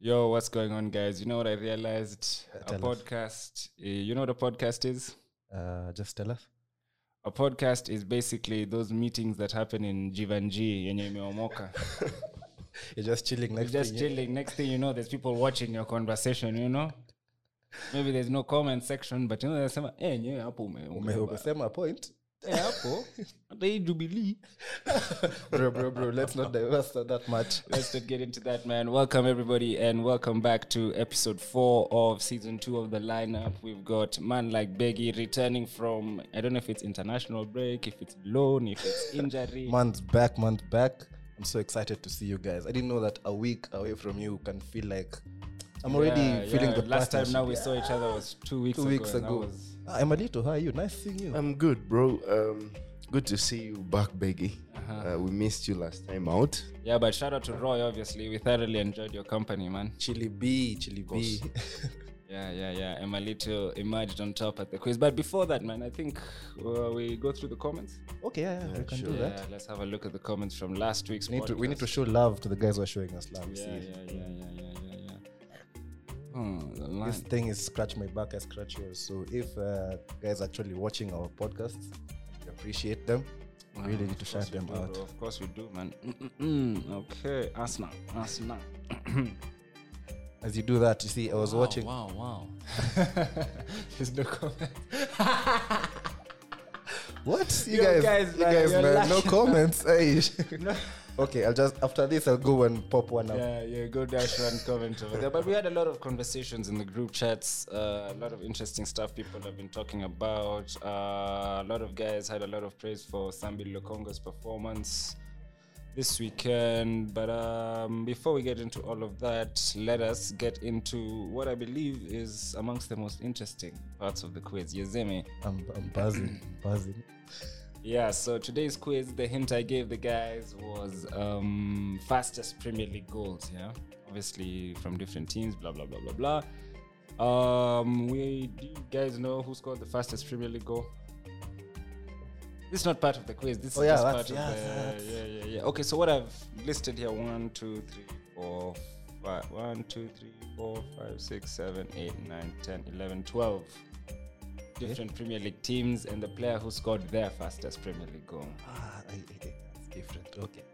Yo, what's going on, guys? You know what I realized? a Tell us. podcast. eh, You know what a podcast is? Uh, just tell us. A podcast is basically those meetings that happen in Jivanji, yenye imeomoka. You're just chilling You're next just thing you- chilling. Next thing you know, there's people watching your conversation, you know? Maybe there's no comment section, but you know, they're saying, eh, nyewe hapo ume, Ume- ume, umesema point eh, hapo, hata hii Jubilee. bro, bro, bro, let's not diverse that much Let's not get into that, man. Welcome, everybody, and welcome back to episode four of season two of the lineup. We've got Man Like Beggy returning from, I don't know if it's international break, if it's loan, if it's injury. months back months back i'm so excited to see you guys i didn't know that a week away from you can feel like i'm already Yeah, feeling yeah. the Last time partnership. now we saw each other was two weeks two ago. weeks and that ago was- Ah, emily to how are you nice seeing you I'm good, bro. Um, good to see you back, Beggy. Uh-huh. Uh, we missed you last time out. yeah, but shout out to Roy, obviously. We thoroughly enjoyed your company, man. chili b chili b Yeah, yeah, yeah. Emma Little emerged on top at the quiz. But before that, man, I think uh, we go through the comments. okay yeah, yeah, we can sure. do that Yeah, let's have a look at the comments from last week's we need, to, we need podcast. to show love to the guys who are showing us love yeah, see yeah, yeah, yeah, yeah, yeah, yeah. Oh, the this line. thing is scratch my back i scratch yours so if uh, guys actually watching our podcasts we appreciate them we really need to shout them do, out bro. Of course we do, man. Mm-mm-mm. mm, Okay, Asma, Asma. as you do that you see i was watching Wow, Oh, wow. there's no comment what you Yo, guys, guys, you man, guys you're man, no lying. comments Hey. okay i'll just after this i'll go and pop one up Yeah, yeah. Go dash one comment over there. But we had a lot of conversations in the group chats. Uh, a lot of interesting stuff people have been talking about. Uh, a lot of guys had a lot of praise for Sambi Lokongo's performance. this weekend. But um, before we get into all of that, let us get into what I believe is amongst the most interesting parts of the quiz. Yezemi. I'm, I'm buzzing buzzing Yeah, so today's quiz, the hint I gave the guys was um, fastest Premier League goals, yeah? Obviously from different teams, blah, blah, blah, blah, blah. Um, we, do you guys know who scored the fastest Premier League goal? This is not part of the quiz. This Oh, is yeah, just that's- part yeah, of the. that's- Yeah, yeah, yeah. Okay, so what I've listed here one, two, three, four, five, one, two, three, four, five, six, seven, eight, nine, 10, 11, 12 different Premier League teams and the player who scored their fastest Premier League goal. ah, I, I, I- that's different okay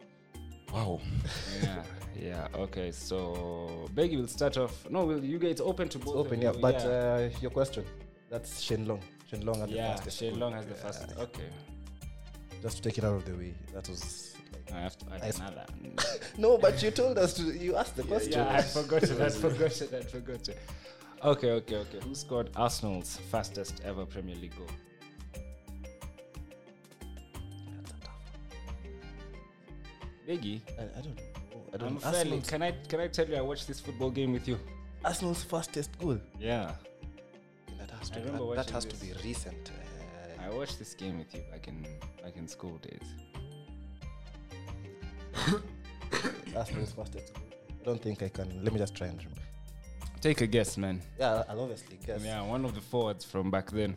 Wow. Yeah, yeah. Okay, so Beggy will start off. No, will you guys open to both? it's of open you, yeah but Uh, your question that's Shane Long Shane Long had the yeah, fastest Shane goal. Long has the fastest. Okay, just to take it out of the way that was like, I have to add I s- another. no but you told us to you asked the question yeah, I forgot it. I forgot it. I forgot it. Okay, okay, okay. Who scored Arsenal's fastest ever Premier League goal? Beggy, I, I don't know I I'm don't know. fairly. Arsenal's, Can I can I tell you I watched this football game with you? Arsenal's fastest goal Yeah. that has I to, remember that, watching that has this. to be recent uh, I watched this game with you back in back in school days. Arsenal's fastest goal. I don't think I can. Let me just try and remember. Take a guess, man. Yeah, I'll obviously guess. Yeah, one of the forwards from back then.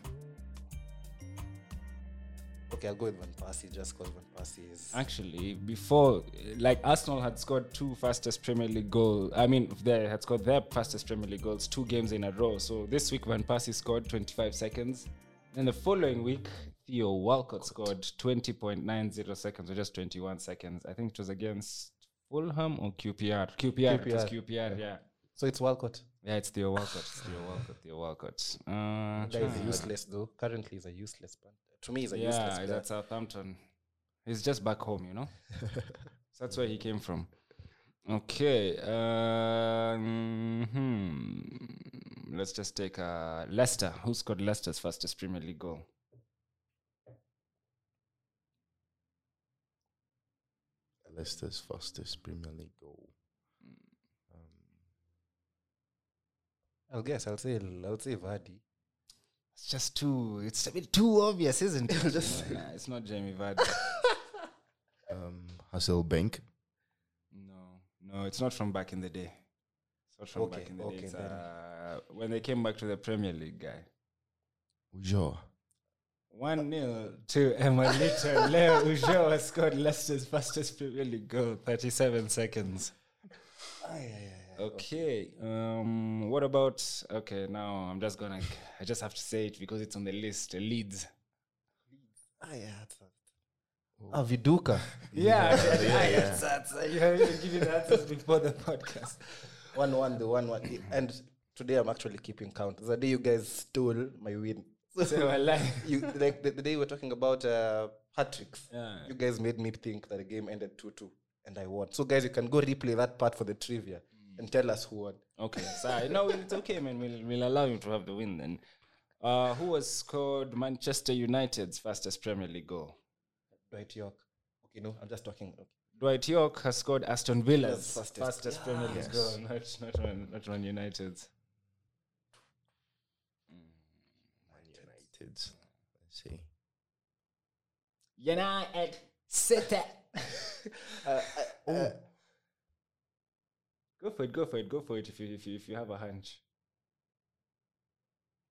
Okay, I'll go with Van Persie just because Van Persie is. Actually, before like Arsenal had scored two fastest Premier League goal. I mean, they had scored their fastest Premier League goals two games in a row. So this week Van Persie scored 25 seconds. Then the following week, Theo Walcott scored 20.90 seconds or just 21 seconds. I think it was against Fulham or QPR. QPR, it was QPR, QPR, yeah. So it's Walcott. Yeah, it's Theo Walcott. It's Theo Walcott. Theo Walcott. Uh, That is trying- useless though. Currently, he's a useless. man. To me, he's a useless. yeah, he's player. at Southampton. He's just back home, you know. so that's where he came from. Okay. Um, hmm. Let's just take uh, Leicester. Who scored Leicester's fastest Premier League goal? Leicester's fastest Premier League goal. I'll guess. I'll say. I'll say Vardy. It's just too. It's a bit too obvious, isn't it? Just- Nah, it's not Jamie Vardy. Um, Hasselbank. no, no, it's not from back in the day. It's not from back Okay, in the okay, day. It's, then. uh, when they came back to the Premier League, guy. Ujoa. One 0 to Emma Little. Leo Ujoa scored Leicester's fastest Premier League goal, 37 seconds. Aye, aye, aye, aye. Okay. Um, what about? Okay, now I'm just gonna. I just have to say it because it's on the list. Leeds. Ah, yeah, that's a- Ah, Viduka. Yeah, yeah, yeah. You haven't given answers before the podcast. one one the one one. And today I'm actually keeping count. The day you guys stole my win. So I like. you like the, the day we were talking about uh, hat tricks. Yeah. You guys made me think that the game ended two two, and I won. So guys, you can go replay that part for the trivia Mm. and tell us who won. Okay, sorry. No, it's okay, man. We'll, we'll allow him to have the win then. Uh, who has scored Manchester United's fastest Premier League goal? Dwight York. Okay, no, I'm just talking. Okay. Dwight York has scored Aston Villa's Villa's fastest, fastest. Premier League Yes. goal, not not one, not one United's. United. Let's see. United City. Oh. Uh, Go for it. Go for it. Go for it. If you if you, if you have a hunch.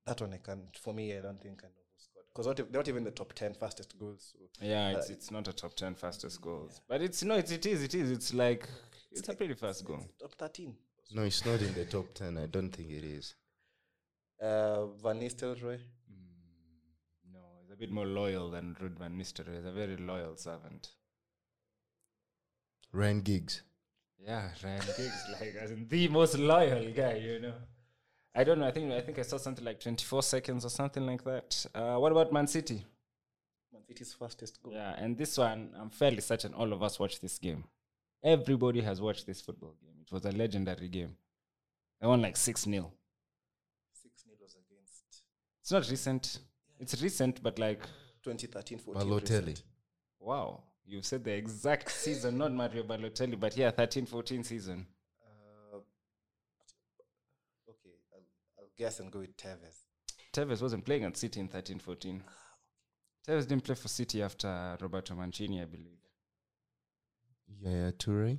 That one I can't. For me, I don't think I know who scored because not, ev- not even the top ten fastest goals. So Yeah, it's it's not a top ten fastest goals, but it's no, it's, it is, it is, it's like it's a pretty fast goal. top thirteen. No, it's not in the top ten. I don't think it is. Uh, Van Nistelrooy. No, he's a bit more loyal than Ruud van Nistelrooy. He's a very loyal servant. Ryan Giggs. Yeah, Ryan Giggs, like as in the most loyal guy, you know. I don't know. I think I think I saw something like twenty four seconds or something like that. Uh, what about Man City? Man City's fastest goal. Yeah, and this one, I'm fairly certain all of us watched this game. Everybody has watched this football game. It was a legendary game. They won like six 0 Six nil was against It's not recent. It's recent, but like 2013 14. Balotelli. recent. Wow, you've said the exact season, not Mario Balotelli, but yeah, 13 14 season. Uh, okay, I'll, I'll guess and go with Tevez. Tevez wasn't playing at City in 13 14. Ah, Tevez didn't play for City after Roberto Mancini, I believe. Yaya Toure.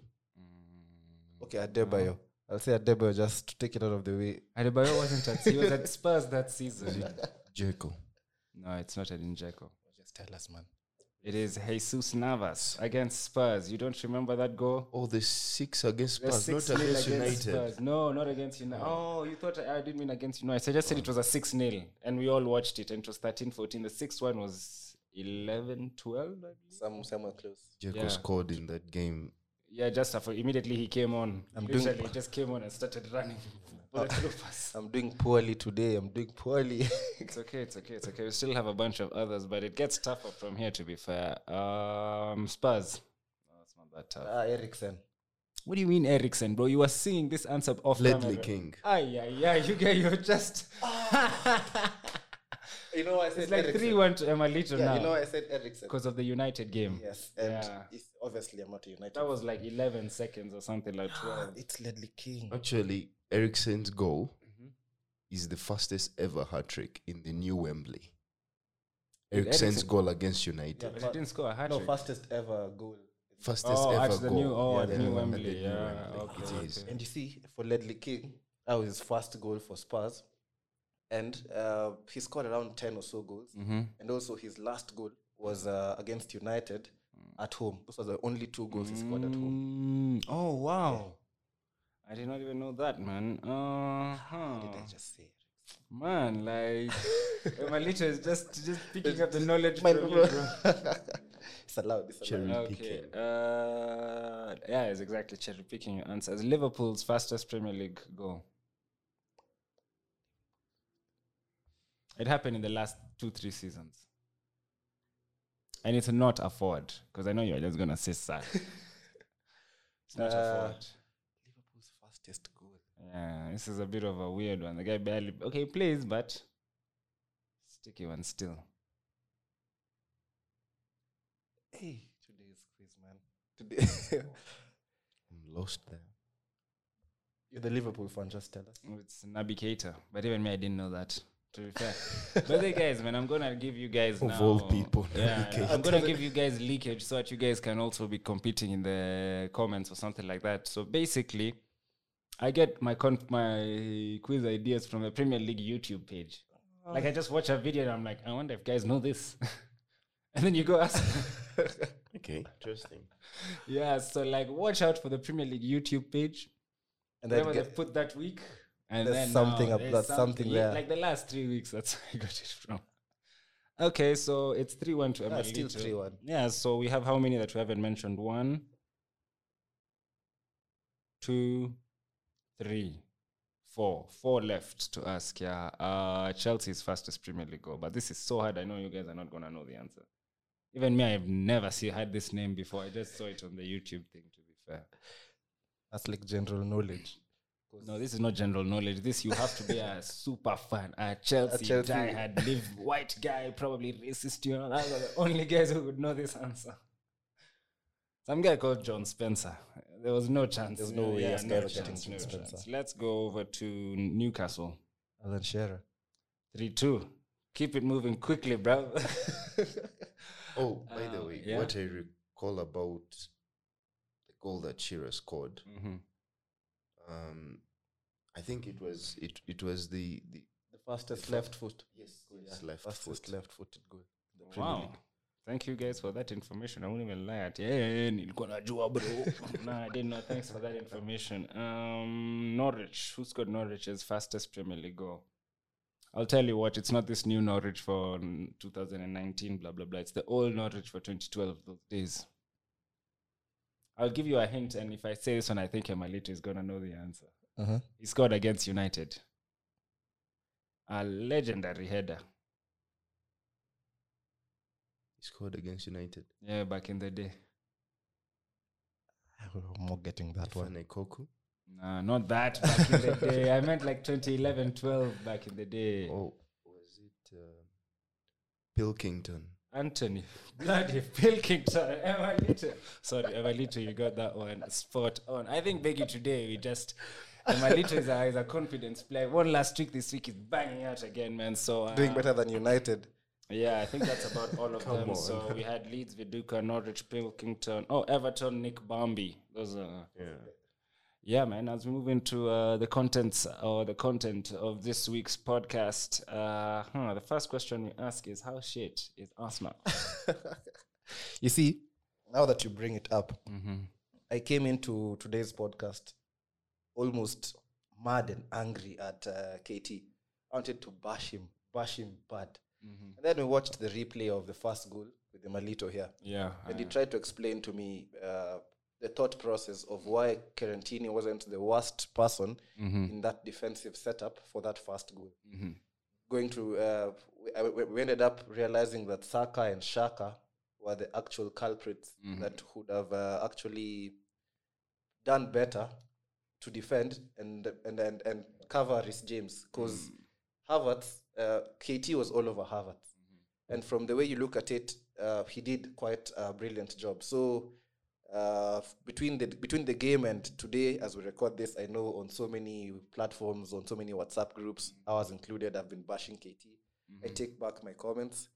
Okay, Adebayo. I'll say Adebayo just to take it out of the way. Adebayo wasn't at He was at Spurs that season. Jekyll. No, it's not Edin Dzeko. Just tell us, man. It is Jesus Navas against Spurs. You don't remember that goal? Oh, the six against The Spurs, not 6-0 against against, United. Spurs. No, not against United. Oh, you thought I, I didn't mean against United. I suggested it was a 6 0, and we all watched it, and it was 13 14. The sixth one was 11 12, I believe. Some, somewhere close. Jekyll Yeah. scored in that game. Yeah, just after, immediately he came on. I'm doing- Literally, he just came on and started running. Bulletproof pass. I'm doing poorly today. I'm doing poorly. It's okay, it's okay, it's okay. We still have a bunch of others, but it gets tougher from here, to be fair. Um, Spurs. No, it's not that tough. ah, Ericsson. What do you mean, Ericsson, bro? You were seeing this answer off Ledley camera. King. Ah, yeah, yeah. You get, you're just. You know, I it's said like 3 1 to Emma Little Yeah, now. you know, I said Ericsson. because of the United game. Yes, and Yeah. it's obviously I'm not a United. That was like 11 seconds or something like 12. it's Ledley King. Actually, Ericsson's goal Mm-hmm. is the fastest ever hat trick in the new Wembley. With Ericsson's Eriksen? goal against United. Yeah, but he but- didn't score a hat No, trick. fastest ever goal. Fastest Oh, ever at the goal. new, oh, Yeah, at the new new one, the Wembley. new Yeah, Wembley. okay, It is. okay. And you see, for Ledley King, that was his first goal for Spurs. And uh, he scored around 10 or so goals. And also, his last goal was uh, against United at home. Those were the only two goals he scored at home. Mm, oh wow! I did not even know that, man. Uh-huh. Did I just say? Man, like my little is just just picking up the knowledge. Mine- from you, bro. it's allowed. It's allowed. Cherry Okay. picking. Uh, yeah, it's exactly cherry picking your answers. Liverpool's fastest Premier League goal. It happened in the last two three seasons. And it's not a Ford, because I know you're just gonna say sad. it's not a Uh, Ford. Liverpool's fastest goal. Yeah, this is a bit of a weird one. The guy barely okay he plays, but sticky one still. Hey, today's quiz, man. Today, I'm lost there. you're the Liverpool fan. Just tell us. It's Nabi Keita, but even me, I didn't know that. To be fair, but hey guys, man, I'm gonna give you guys Of now- all people, Yeah, Naby I'm gonna give you guys leakage so that you guys can also be competing in the comments or something like that. So basically, I get my con- my quiz ideas from the Premier League YouTube page. Like I just watch a video and I'm like, I wonder if guys know this, and then you go ask. Okay. Interesting. yeah, so like watch out for the Premier League YouTube page. and then Whatever get- they put that week. And then There's now something up- there's there's something yeah, there. Like the last three weeks, that's where I got it from. Okay, so it's 3 1 to Ah, it's Emily. still three one. Yeah, so we have how many that we haven't mentioned? One, two, three, four. Four left to ask. Yeah, uh, Chelsea's fastest Premier League goal, but this is so hard. I know you guys are not gonna know the answer. Even me, I've never see, had this name before. I just saw it on the YouTube thing. To be fair, That's like general knowledge. no, this is not general knowledge. This you have to be a super fan, a Chelsea, Chelsea- diehard, live white guy, probably racist. You know, those are the only guys who would know this answer. Some guy called John Spencer. There was no chance. There's no way Yeah, this guy no was getting chance, John no Spencer. chance. Let's go over to Newcastle. Alan Shearer. Three two. Keep it moving quickly, bro. Oh, by the uh, Um, way, yeah. what I recall about the goal that Shearer scored, Mhm. um, I think it was it it was the the The fastest left foot. yes, Yeah, left fastest foot. left footed goal. in the Premier Wow. League. Thank you guys for that information. I won't even lie at you. Hey, nilikuwa najua bro. nah, I didn't know. Thanks for that information. Um, Norwich. Who scored Norwich's fastest Premier League goal? I'll tell you what. It's not this new Norwich for mm, 2019. Blah blah blah. It's the old Norwich for 2012. Those days. I'll give you a hint, and if I say this one, I think Emalito is gonna know the answer. Uh-huh. He scored against United. A legendary header. He scored against United. Yeah, back in the day. I'm not getting that one. Fane Koku. No, not that back in the day. I meant like 2011, 12 back in the day. Oh, was it uh, Pilkington? Anthony, bloody Pilkington, Emma Little. Sorry, Emma Little, you got that one spot on. I think Beggy today, we just. Emma Little is a, is a confidence player. One last week, this week is banging out again, man. So uh, Doing better than United. Yeah, I think that's about all of Come them. on. So we had Leeds, Viduka, Norwich, Pilkington. Oh, Everton, Nick Bambi. Those are. Yeah. Yeah, man. As we move into uh, the contents or the content of this week's podcast, uh, huh, the first question we ask is how shit is Arsenal? You see, now that you bring it up, mm-hmm. I came into today's podcast almost mad and angry at uh, KT. I wanted to bash him, bash him bad. Mm-hmm. And then we watched the replay of the first goal with the Malito here. Yeah, And he I- tried to explain to me uh, the thought process of why Carantini wasn't the worst person Mm-hmm. in that defensive setup for that first goal. Going to, uh, we, I- we- we ended up realizing that Saka and Shaka were the actual culprits Mm-hmm. that would have uh, actually done better to defend and and and, and cover Rhys James because Havertz, uh, KT was all over Havertz, and from the way you look at it, uh, he did quite a brilliant job. So uh, f- between the between the game and today, as we record this, I know on so many platforms, on so many WhatsApp groups, ours included, I've been bashing KT. I take back my comments.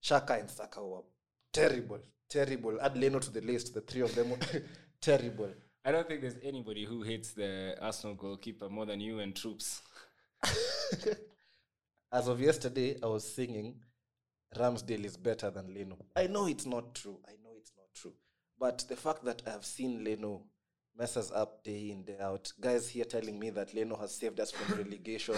Shaka and Saka were terrible, terrible. Add Leno to the list. The three of them were terrible. I don't think there's anybody who hates the Arsenal goalkeeper more than you and troops. As of yesterday, I was singing Ramsdale is better than Leno. I know it's not true. I know it's not true. But the fact that I've seen Leno messes up day in, day out, guys here telling me that Leno has saved us from relegation.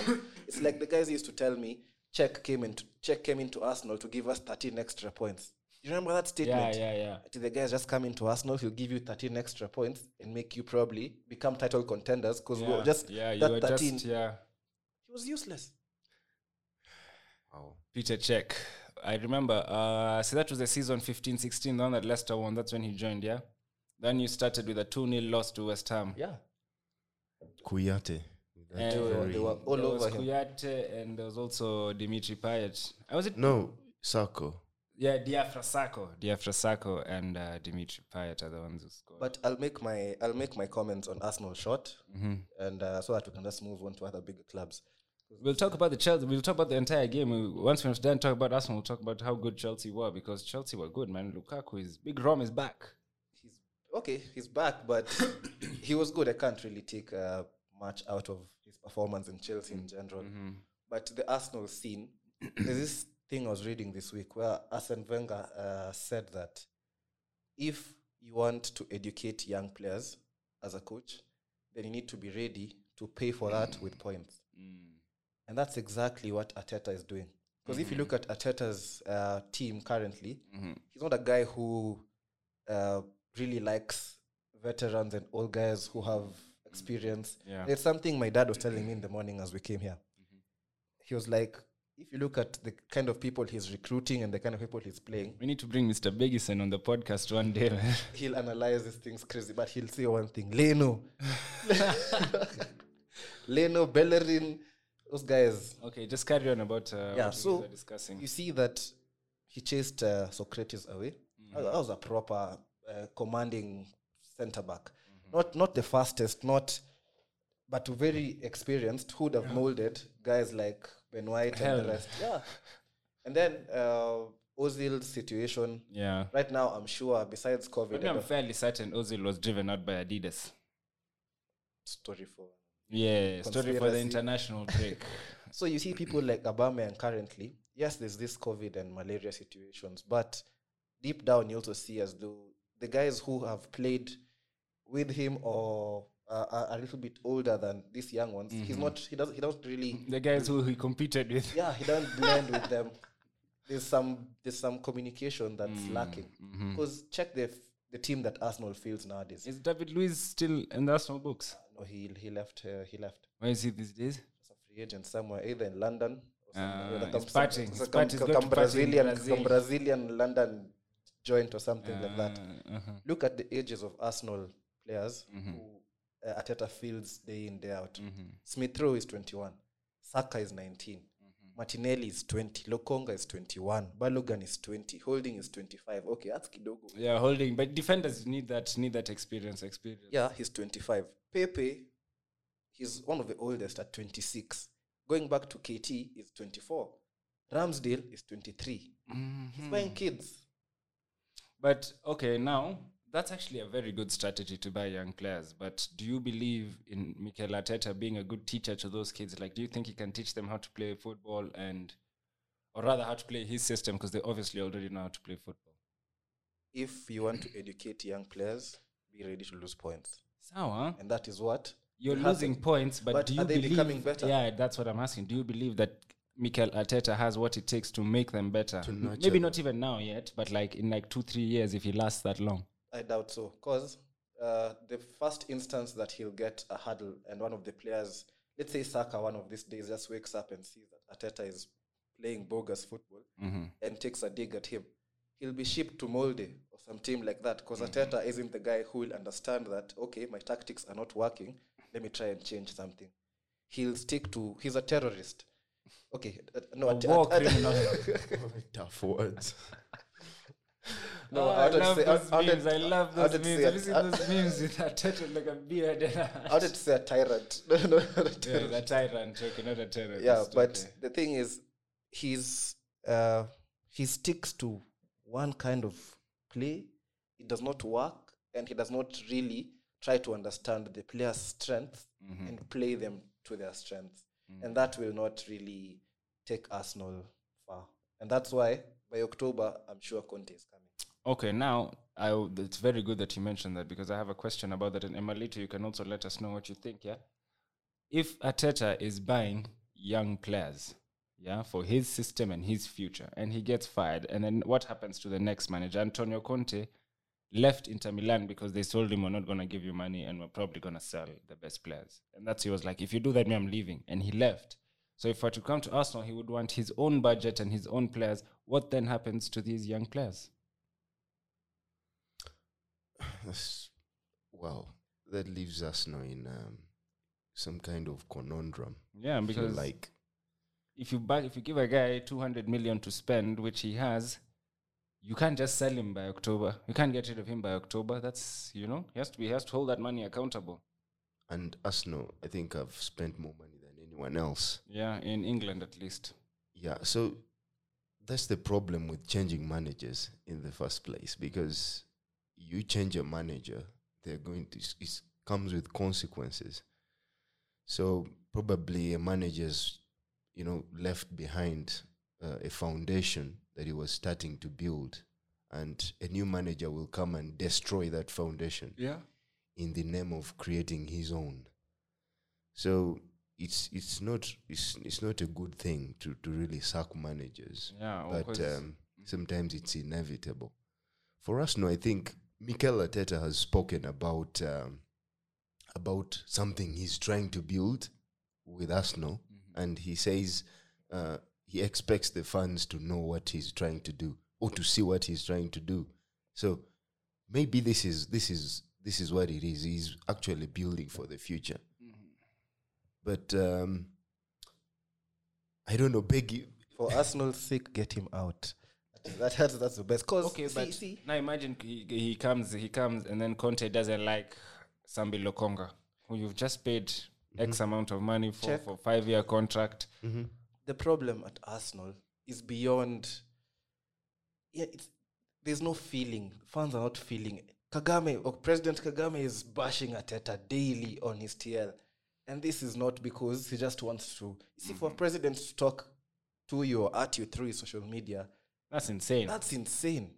It's like the guys used to tell me, Check came into Check came into Arsenal to give us 13 extra points. You remember that Yeah, statement? yeah, yeah. To the guys just come into Arsenal, he'll give you 13 extra points and make you probably become title contenders because we Yeah, were just yeah, you that were 13. just yeah. He was useless. Wow. Peter Check. I remember. Uh, so that was the season 15 16, the one that Leicester won. That's when he joined, yeah? Then you started with a 2 0 loss to West Ham. Yeah. Kuyate. That They were- very- They were all there over was him. Kuyate and there was also Dimitri Payet. I was it? no, Sako. Yeah, Diafra Sako. Diafra Sako and uh, Dimitri Payet are the ones who scored. But I'll make my I'll make my comments on Arsenal short, and uh, so that we can just move on to other bigger clubs. we'll talk about the Chelsea. We'll talk about the entire game. We, once we're done talking about Arsenal, we'll talk about how good Chelsea were because Chelsea were good, man. Lukaku is big. Rom is back. He's okay, he's back, but he was good. I can't really take uh, much out of his performance in Chelsea in general. But the Arsenal scene, there's this thing I was reading this week where Arsene Wenger uh, said that if you want to educate young players as a coach, then you need to be ready to pay for that with points. And that's exactly what Ateta is doing. Because if you look at Ateta's uh, team currently, he's not a guy who uh, really likes veterans and old guys who have experience. Yeah. There's something my dad was telling me in the morning as we came here. He was like, if you look at the kind of people he's recruiting and the kind of people he's playing, We need to bring Mr. Begison on the podcast one day. man. he'll analyze these things crazy, but he'll say one thing: Leno, Leno, Bellerin, those guys. okay, just carry on about uh, Yeah, what so we were discussing. You see that he chased uh, Socrates away. That- That was a proper uh, commanding centre back, not not the fastest, not, but very experienced. Who'd have molded guys like Ben White and Hell. the rest? Yeah, and then uh, Ozil's situation. yeah. Right now, I'm sure besides COVID, But I I'm don't- fairly certain Ozil was driven out by Adidas. story for Yeah, story for the Conspiracy. international break. So you see people like Aubameyang currently. Yes, there's this COVID and malaria situations, but deep down you also see as though the guys who have played with him or are, are a little bit older than these young ones, he's not. He doesn't. He doesn't really. the guys who he competed with. Yeah, he doesn't blend with them. There's some. There's some communication that's lacking. Because check the f- the team that Arsenal fields nowadays. Is David Luiz still in the Arsenal books? No, he he left. Uh, he left. Where is he these days? He's a free agent somewhere, either in London. or somewhere. Ah, Either he's come some- partying, some- he's come- partying, come he's going to party in Brazilian, come Brazil. Brazilian London joint or something like that. Uh, uh-huh. Mm-hmm. Look at the ages of Arsenal players who uh, Ateta fields day in day out. Smith Rowe is 21, Saka is 19, Mm-hmm. Martinelli is 20, Lokonga is 21, Balogun is 20, Holding is 25. Okay, that's kidogo. Yeah, holding. But defenders need that need that experience. Experience. Yeah, he's 25. Pepe, he's one of the oldest at 26. Going back to KT is 24. Ramsdale is 23. He's Mm-hmm. buying kids. But okay, now that's actually a very good strategy to buy young players. But do you believe in Mikel Arteta being a good teacher to those kids? Like, do you think he can teach them how to play football and, or rather, how to play his system? Because they obviously already know how to play football. If you want to educate young players, be ready to lose points. So, huh? And that is what you're will happen. losing points, but, But do are you they believe? becoming better? Yeah, that's what I'm asking. Do you believe that Mikel Arteta has what it takes to make them better? M- nurture Maybe not even now yet, but like in like two, three years, if he lasts that long. I doubt so. Because uh, the first instance that he'll get a hurdle and one of the players, let's say Saka, one of these days, just wakes up and sees that Ateta is playing bogus football Mm-hmm. and takes a dig at him, he'll be shipped to Molde or some team like that. Because Mm-hmm. Ateta isn't the guy who will understand that, okay, my tactics are not working. Let me try and change something. He'll stick to, he's a terrorist. Okay, uh, no, A Ate- war Ate- criminal. Tough words. No, Oh, I I, wanted to love say- I- those I wanted- memes. I love I those wanted to memes. say- Have you seen I- those memes with a turtle like a beard and a I wanted to say a tyrant. no, no, not a yeah, terrorist. the tyrant? Okay, not a terrorist. yeah but okay. the thing is he's uh he sticks to one kind of play it does not work and he does not really try to understand the player's strengths Mm-hmm. and play them to their strengths Mm. and that will not really take arsenal far and that's why by october i'm sure conte is coming Okay, now I, w- it's very good that you mentioned that because I have a question about that. And Emalito, you can also let us know what you think. Yeah, if Ateta is buying young players, yeah, for his system and his future, and he gets fired, and then what happens to the next manager? Antonio Conte left Inter Milan because they told him we're not gonna give you money and we're probably gonna sell the best players. And that's he was like, if you do that, me, I'm leaving. And he left. So if I were to come to Arsenal, he would want his own budget and his own players. What then happens to these young players? That's- well, that leaves us now in um, some kind of conundrum. Yeah, I feel because like like if you buy, if you give a guy two hundred million to spend, which he has, you can't just sell him by October. You can't get rid of him by October. That's you know, he has to be he has to hold that money accountable. and Arsenal, I think I've spent more money than anyone else. Yeah, in England at least. Yeah, so that's the problem with changing managers in the first place because you change a manager, they're going to it comes with consequences. So probably a manager's, you know, left behind uh, a foundation that he was starting to build, and a new manager will come and destroy that foundation Yeah. in the name of creating his own. So it's it's not it's, it's not a good thing to, to really sack managers. Yeah, of but course. um, sometimes it's inevitable. For us, no, I think Mikel Arteta has spoken about um, about something he's trying to build with Arsenal, Mm-hmm. and he says uh, he expects the fans to know what he's trying to do or to see what he's trying to do. So maybe this is this is this is what it is. He's actually building for the future. But um, I don't know, Peggy. For Arsenal's sake, get him out. That, that's, that's the best. Cause Okay, see, but see, now imagine he, he comes, he comes, and then Conte doesn't like Sambi Lokonga, who you've just paid X amount of money for Check. for five year contract. the problem at Arsenal is beyond. Yeah, it's, there's no feeling. Fans are not feeling. Kagame or President Kagame is bashing Ateta daily on his TL, and this is not because he just wants to. See, for a president to talk to you or at you through his social media, That's insane. that's insane.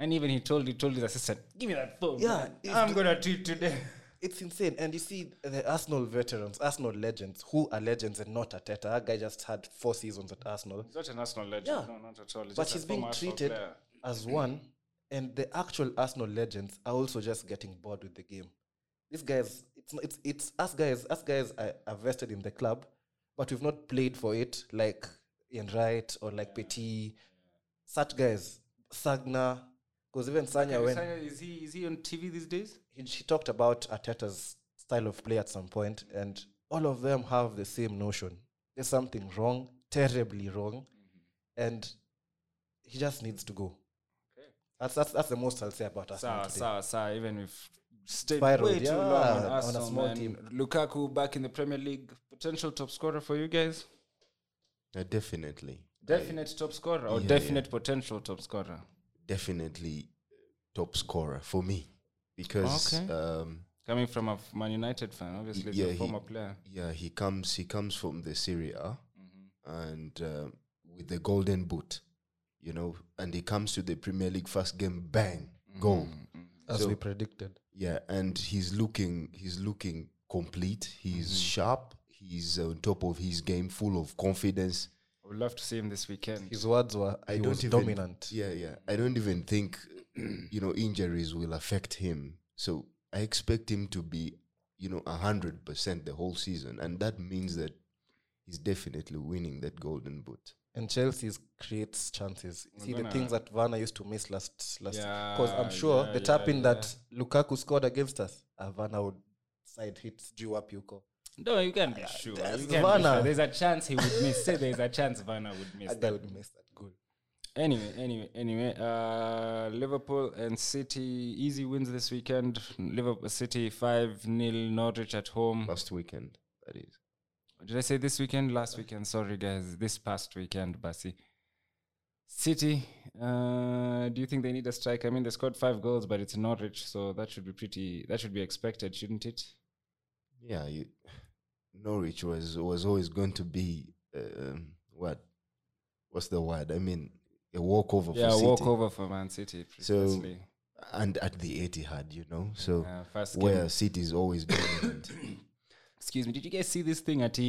and even he told he told his assistant, "Give me that phone. Yeah, man. it's I'm the- gonna tweet today." It's insane. And you see the Arsenal veterans, Arsenal legends, who are legends and not Ateta. That guy just had four seasons at Arsenal. He's not a national legend. Yeah. No, not at all. He's but just a he's being former Arsenal treated player. as one, and the actual Arsenal legends are also just getting bored with the game. These guys, it's not, it's it's us guys. Us guys are, are vested in the club, but we've not played for it like Ian Wright or like Petit, such guys, Sagna, because even Sanya when Is he is he on TV these days? he, she talked about Arteta's style of play at some point, and all of them have the same notion. There's something wrong, terribly wrong, Mm-hmm. and he just needs to go. That's, that's that's the most I'll say about Arsenal Sawa, today. sawa, sawa. Even if stayed Spiraled, way too yeah, long on on, a Arsenal, small man. team. Lukaku back in the Premier League, potential top scorer for you guys. Uh, definitely, Definite top scorer or Yeah, definite potential top scorer. definitely top scorer for me because Okay. um, Coming from a f- Man United fan, obviously he's yeah, a he- former player. yeah, he comes he comes from the Serie A and uh, with the golden boot, you know, and he comes to the Premier League first game, bang, goal. as So- we predicted. Yeah, and he's looking he's looking complete. He's sharp. He's on top of his game, full of confidence. I would love to see him this weekend. His words were I he don't was even, dominant. Yeah, yeah. I don't even think you know injuries will affect him. So I expect him to be, you know, hundred percent the whole season, and that means that he's definitely winning that Golden Boot. And Chelsea creates chances. We're See the gonna- things that Werner used to miss last last Yeah, because I'm sure yeah, the yeah, tap in that Lukaku scored against us, uh, Werner would side hit Jua Puko. No, you can be sure. You that's can be Werner. sure. There's a chance he would miss. Say there's a chance Vanna would miss. That guy would miss that goal. Anyway, anyway, anyway, uh, Liverpool and City easy wins this weekend. Liverpool City five 0 Norwich at home. Last weekend, that is. Did I say this weekend? Last weekend? Sorry, guys. This past weekend, Basi. City. Uh, do you think they need a striker? I mean, they scored five goals, but it's Norwich, so that should be pretty. That should be expected, shouldn't it? Yeah, you, Norwich was was always going to be um, what? What's the word? I mean, a walkover. Yeah, for walk City. over for Man City. So, Precisely. and at the Etihad, you know. So uh, first game. where City is always dominant. excuse me did you guys see this thing at uh,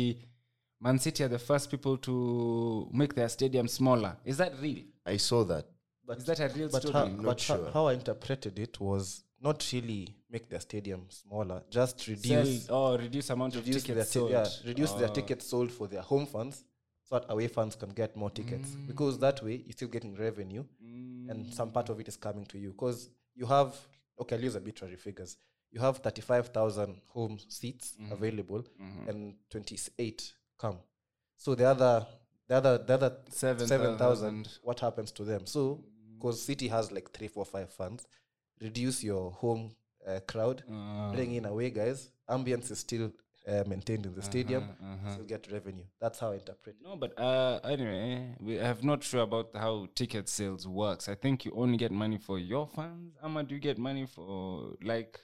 man city are the first people to make their stadium smaller is that real I saw that. But is that a real but, story how, not but ho- sure. how I interpreted it was not really make the stadium smaller, just Sell- reduce oh, reduce amount of reduce their tickets ti- sold. yeah, reduce their Oh, tickets sold for their home fans, so that away fans can get more tickets. Because that way you're still getting revenue, and some part of it is coming to you. Because you have okay, I'll use arbitrary figures. You have thirty-five thousand home seats available, and twenty-eight come. So the other, the other, the other 7,000. seven thousand. What happens to them? So Mm. because City has like three, four, five fans, reduce your home uh, crowd uh, bring in away guys. Ambience is still uh, maintained in the stadium. Still get revenue. That's how I interpret it. Uh-huh, no but uh anyway we have not sure about how ticket sales works i think you only get money for your fans ama do you get money for like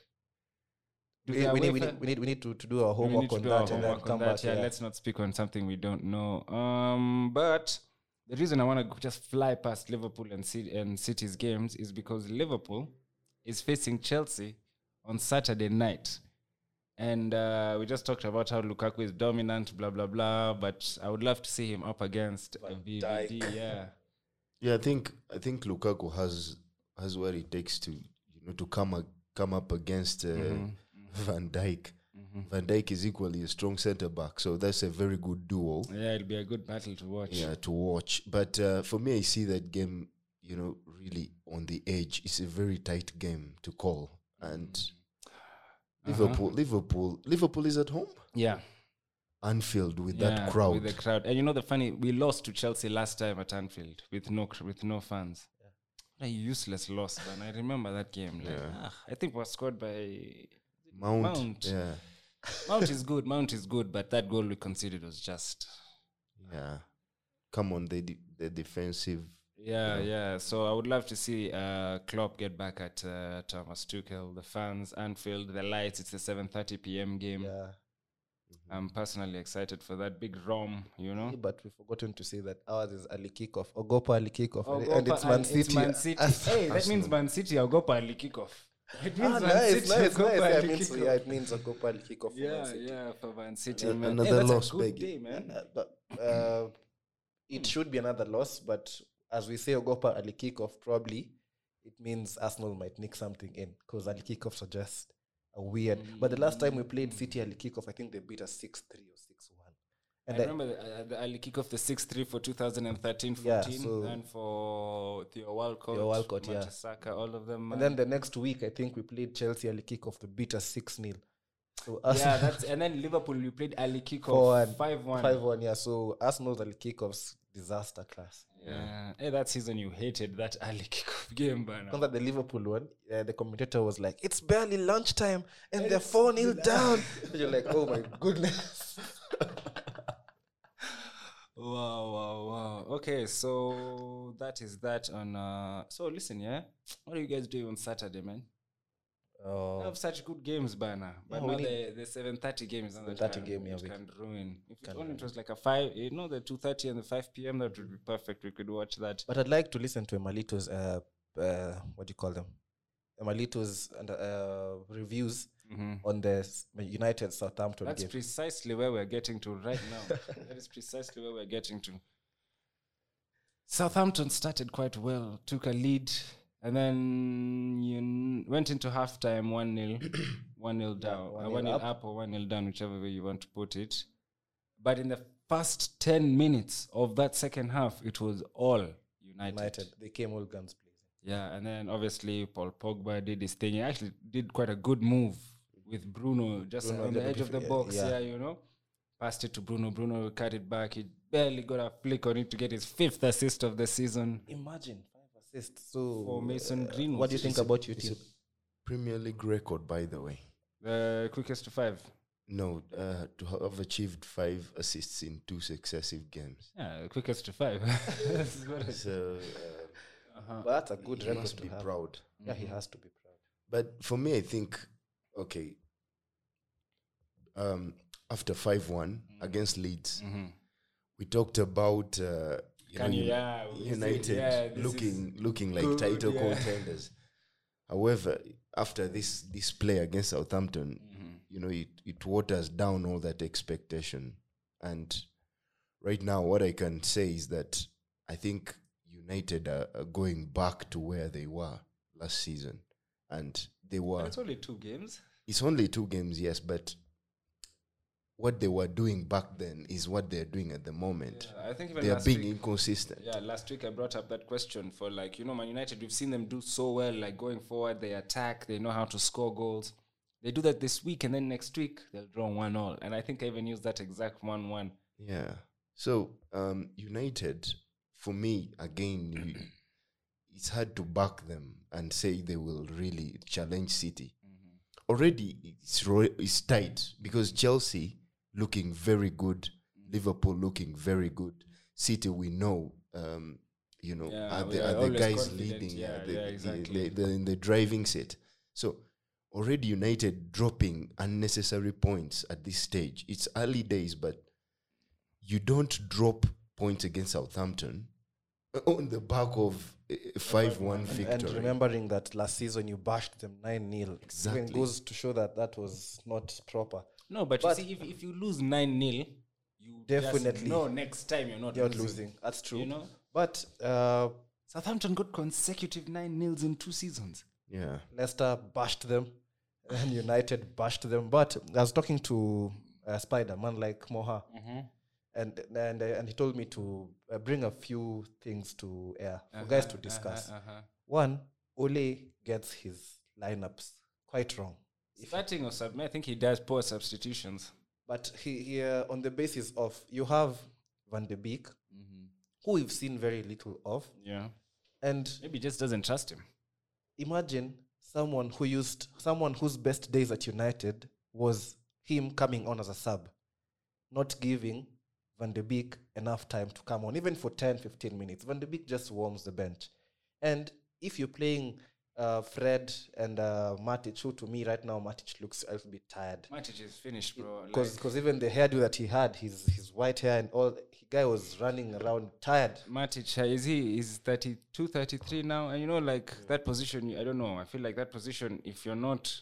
do We, their we, need, away we, fa- need, we need we need to, to do our We homework need to on do our that and then homework on come that. back. yeah, yeah. let's not speak on something we don't know. Um, but the reason I want to just fly past Liverpool and, Ci- and City's games is because Liverpool is facing Chelsea on Saturday night. And uh, we just talked about how Lukaku is dominant, blah, blah, blah. But I would love to see him up against a VVD. Yeah. Yeah, I think I think Lukaku has has what it takes to you know to come a, come up against uh, Van Dijk. Van Dijk is equally a strong centre back, so that's a very good duo. Yeah, it'll be a good battle to watch. yeah, to watch. But uh, for me, I see that game, you know, really on the edge. It's a very tight game to call. And Mm. Liverpool, Uh-huh. Liverpool, Liverpool is at home, Yeah. Anfield with Yeah, that crowd. With the crowd. And you know the funny, we lost to Chelsea last time at Anfield with no cr- with no fans. What a useless loss, man. I remember that game. Like, ah, I think we were scored by Mount, Mount. yeah, Mount is good. Mount is good, but that goal we conceded was just yeah. Come on, the de- the defensive. yeah, yeah. So I would love to see uh, Klopp get back at uh, Thomas Tuchel, the fans, Anfield, the lights. It's a 7:30 p.m. game. Yeah. I'm personally excited for that big rom. You know, But we've forgotten to say that ours is Ali kickoff. Ogopa Ali kickoff. Oh, and- Gopa and it's Man City. Man City. as- hey, that means Man City are Gopa Ali kickoff. It means Ah, Man nice, City nice, Agopa nice. Yeah, it Ali means, kickoff. yeah, it means Ogopa Ali kickoff. for Man Yeah, City. yeah, for Man City. Ano- man. Hey, another that's a loss, good Peggy. day, man. Uh, but uh, Hmm. it should be another loss, but as we say, Ogopa Ali kickoff probably it means Arsenal might nick something in because Ali kickoffs are just a weird. But the last time we Hmm. played City Ali kickoff, I think they beat us six three or six one, I and I- remember the, uh, the Ali kick off the 6 3 for 2013 14, Yeah, so- and for Theo Walcott, Theo Walcott, yeah. Mata Saka, all of them. man. and then the next week I think we played Chelsea Ali kickoff to beat us six 0 yeah, So Arsenal that's and then Liverpool, we played Ali kick off Forward, 5 1. five one, yeah. So Arsenal's Ali kickoffs disaster class. Yeah. Hey, that season you hated that Ali kick off game, man. Kwanza the Liverpool one, uh, the commentator was like, "It's barely lunchtime, and they're four 0 down." And you're like, "Oh my goodness!" Wow, wow, wow. Okay, so that is that on. Uh, so listen, yeah, what are you guys doing on Saturday, man? I Oh, have such good games, banner, but Yeah, we now the the seven thirty game is another 7:30 time, game, yeah, which we- can ruin. If it only it was like a five, you know, the two thirty and the five p.m. That would be perfect. We could watch that. but I'd like to listen to Emalito's uh, uh, what do you call them? Emalito's and uh, reviews Mm-hmm. on the S- United Southampton That's game. precisely where we're getting to right now. that is precisely where we're getting to. Southampton started quite well, took a lead, and then you n- went into halftime 1 0, 1 0 down, 1-0 uh, 1 0 up. up or 1 0 down, whichever way you want to put it. But in the first 10 minutes of that second half, it was all United. United, they came all guns blazing. Yeah, and then obviously Paul Pogba did his thing. He actually did quite a good move with Bruno just Bruno on on the the edge of the periphery, box. Yeah. yeah. you know, passed it to Bruno. Bruno cut it back. He barely got a flick on it to get his fifth assist of the season Imagine five assists. So, for Mason uh, Greenwood. what do you think about your it's team? Premier League record, by the way. The quickest to five. No, uh, to have achieved five assists in two successive games. Yeah, the quickest to five. This is what I- So uh, But that's a good he record must to be have. proud. Yeah, he has to be proud. But for me, I think okay. Um, after five one Mm. against Leeds, we talked about uh, Mm-hmm. you Can know, you- Uni- yeah, we said, United yeah, this looking looking like good, title yeah. contenders. However, after this this play against Southampton, Mm-hmm. you know it it waters down all that expectation. And right now, what I can say is that I think United are, are going back to where they were last season, and they were It's only two games. it's only two games, yes, but what they were doing back then is what they're doing at the moment. Yeah, I think even they are last being week- inconsistent. Yeah, last week I brought up that question for like, you know, Man United, we've seen them do so well, like going forward, they attack, they know how to score goals. They do that this week, and then next week they'll draw one all. And I think I even used that exact one one. Yeah. So um, United, for me, again, you, it's hard to back them and say they will really challenge City. Mm-hmm. Already, it's ro- it's tight because Chelsea looking very good, Mm-hmm. Liverpool looking very good, City we know. Um, you know, Yeah, are we the, are are the always guys confident. leading? Yeah, are they, yeah, they- exactly. they, they're in the driving seat. So already United dropping unnecessary points at this stage. It's early days, but you don't drop points against Southampton on the back of a 5 1 And- victory. And remembering that last season you bashed them 9 0. Exactly. goes to show that that was not proper. No, but, But- you see, if, if you lose 9 0, you Definitely. No, next time you're not You're losing. losing. That's true. You know? But uh, Southampton got consecutive 9 nils in two seasons. yeah. Leicester bashed them, and United bashed them. But I was talking to a spider man like Moha, Mm-hmm. and and and he told me to uh, bring a few things to air for Uh-huh, guys to discuss. One, Ole gets his lineups quite wrong, Starting or sub, I think he does poor substitutions. but he, he uh, on the basis of you have Van de Beek, who we've seen very little of, Yeah. and Maybe he just doesn't trust him. imagine someone who used someone whose best days at United was him coming on as a sub, not giving Van de Beek enough time to come on, even for 10, 15 minutes. Van de Beek just warms the bench. And if you're playing uh, Fred and uh, Matic, who to me right now, Matic looks a little bit tired. Matic is finished, bro. Like, Because even the hairdo that he had, his, his white hair and all, he guy was running around tired. Matic, uh, is he is 32, 33 now? And you know, like that position, you- I don't know. I feel like that position, if you're not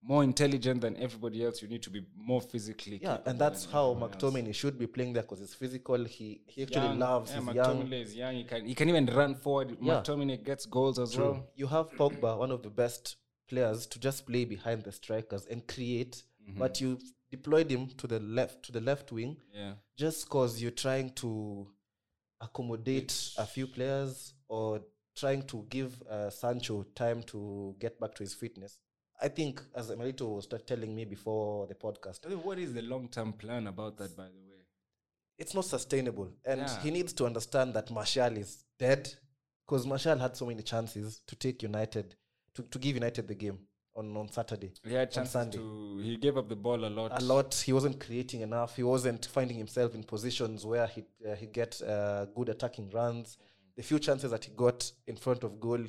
more intelligent than everybody else, you need to be more physically. Yeah, capable and that's than how everyone else. McTominay should be playing there because he's physical. He, he actually Young, loves yeah, his young. McTominay is young. He can he can even run forward. Yeah. McTominay gets goals as well. you have Pogba, one of the best players, to just play behind the strikers and create, Mm-hmm. but you deployed him to the left to the left wing Yeah. just because you're trying to accommodate a few players or trying to give uh, Sancho time to get back to his fitness. I think, as Emelito was t- telling me before the podcast, So What is the long term plan about that, by the way? it's not sustainable. And Yeah. he needs to understand that Martial is dead because Martial had so many chances to take United, to, to give United the game on, on Saturday. He had on chances Sunday. to. He gave up the ball a lot. A lot. He wasn't creating enough. He wasn't finding himself in positions where he uh, he get uh, good attacking runs. The few chances that he got in front of goal,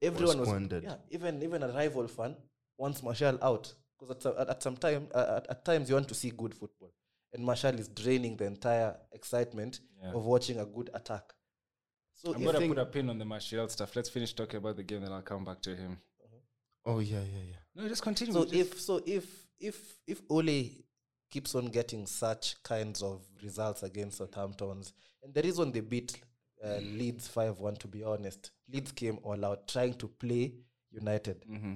everyone was, squandered. yeah. Even even a rival fan wants Martial out because at, some- at, at some time uh, at, at times you want to see good football, and Martial is draining the entire excitement Yeah. of watching a good attack. So I'm if- gonna think- put a pin on the Martial stuff. Let's finish talking about the game, then I'll come back to him. Oh, yeah, yeah, yeah. No, just continue. So Just- if so if if if Ole keeps on getting such kinds of results against Southampton's, and the reason they beat uh, Leeds five one, to be honest, Leeds came all out trying to play United. Mm. mm-hmm.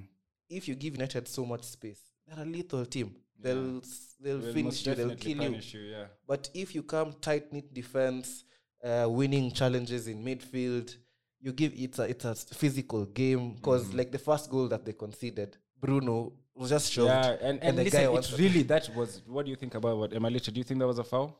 If you give United so much space, they're a lethal team. They'll s- they'll We'll most finish you. They'll definitely kill you. punish you. Yeah. But if you come tight knit defense, uh, winning challenges in midfield, you give it's a it's a physical game because Mm-hmm. like the first goal that they conceded, Bruno was just shoved. Yeah, and, and, the listen, guy it's was really that was. What do you think about what Emalicha? Do you think that was a foul?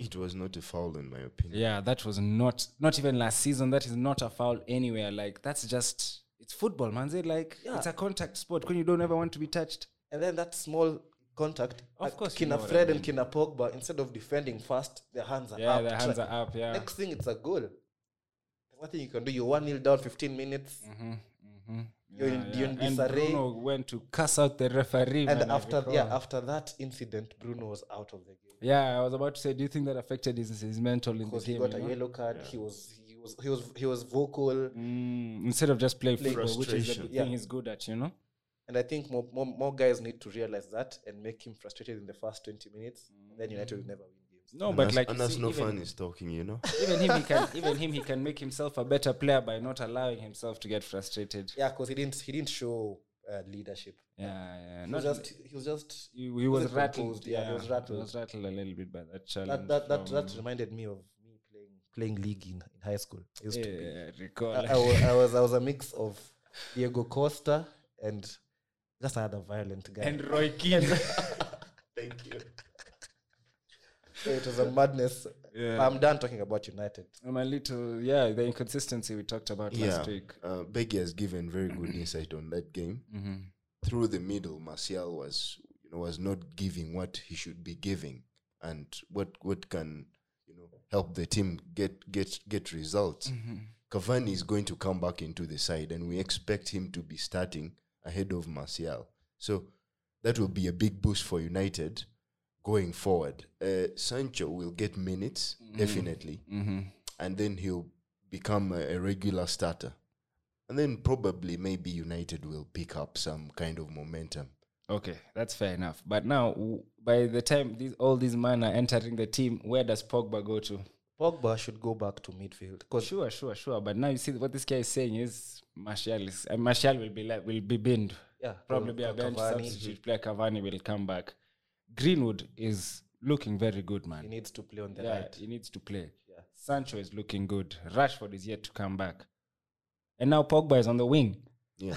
It was not a foul, in my opinion. Yeah, that was not not even last season. That is not a foul anywhere. Like that's just it's football, man. They like Yeah. it's a contact sport when you don't ever want to be touched. and then that small contact. Of uh, course you Kina know what I Fred and mean. Kina Pogba instead of defending fast, their hands are Yeah, up. their hands try- are up. Yeah. Next thing, it's a goal. There's nothing you can do. You're one 0 down, 15 minutes. Mm-hmm, You're in- you're in And disarray. Bruno went to cuss out the referee. And man, I after yeah, recall. after that incident, Bruno was out of the game. yeah, I was about to say, do you think that affected his, his mental in the because he game? got you a know? yellow card. He was he was he was he was vocal, Mm, instead of just playing Play football, which is the frustration. thing Yeah. he's good at, you know. and I think more, more more guys need to realize that and make him frustrated in the first twenty minutes. And then United will Mm. never win games. No, And but that's- like and you that's see, no even, fun is talking, you know? even him, he can even him, he can make himself a better player by not allowing himself to get frustrated. Yeah, because he didn't he didn't show uh, leadership. Yeah, yeah. He was Not just he was just he, he was, it rattled. composed? Yeah, he was rattled. was rattled a little bit by that challenge. that that that, that from- reminded me of me playing playing league in, in high school. I used to be- yeah, recall. I, I was, I was I was a mix of Diego Costa and just another violent guy. and Roy Keane. Thank you. So it was a madness. Yeah. I'm done talking about United. I'm a little, yeah, the inconsistency we talked about Yeah. last week. Uh, Becky has given very good insight on that game. Through the middle, Martial was you know, was not giving what he should be giving and what what can you know help the team get get get results. Cavani is going to come back into the side and we expect him to be starting ahead of Martial. So that will be a big boost for United going forward. Uh, Sancho will get minutes, definitely. and then he'll become a, a regular starter. And then probably maybe United will pick up some kind of momentum. Okay, that's fair enough. But now, w- by the time these, all these men are entering the team, where does Pogba go to? Pogba should go back to midfield because Sure, sure, sure. But now you see what this guy is saying is Martial is and Martial will be like will be binned. yeah, Probably be a Paul bench Cavani, substitute player. Cavani will come back. Greenwood is looking very good, man. He needs to play on the yeah, right. he needs to play. Yeah. Sancho is looking good. Rashford is yet to come back, and now Pogba is on the wing. Yeah.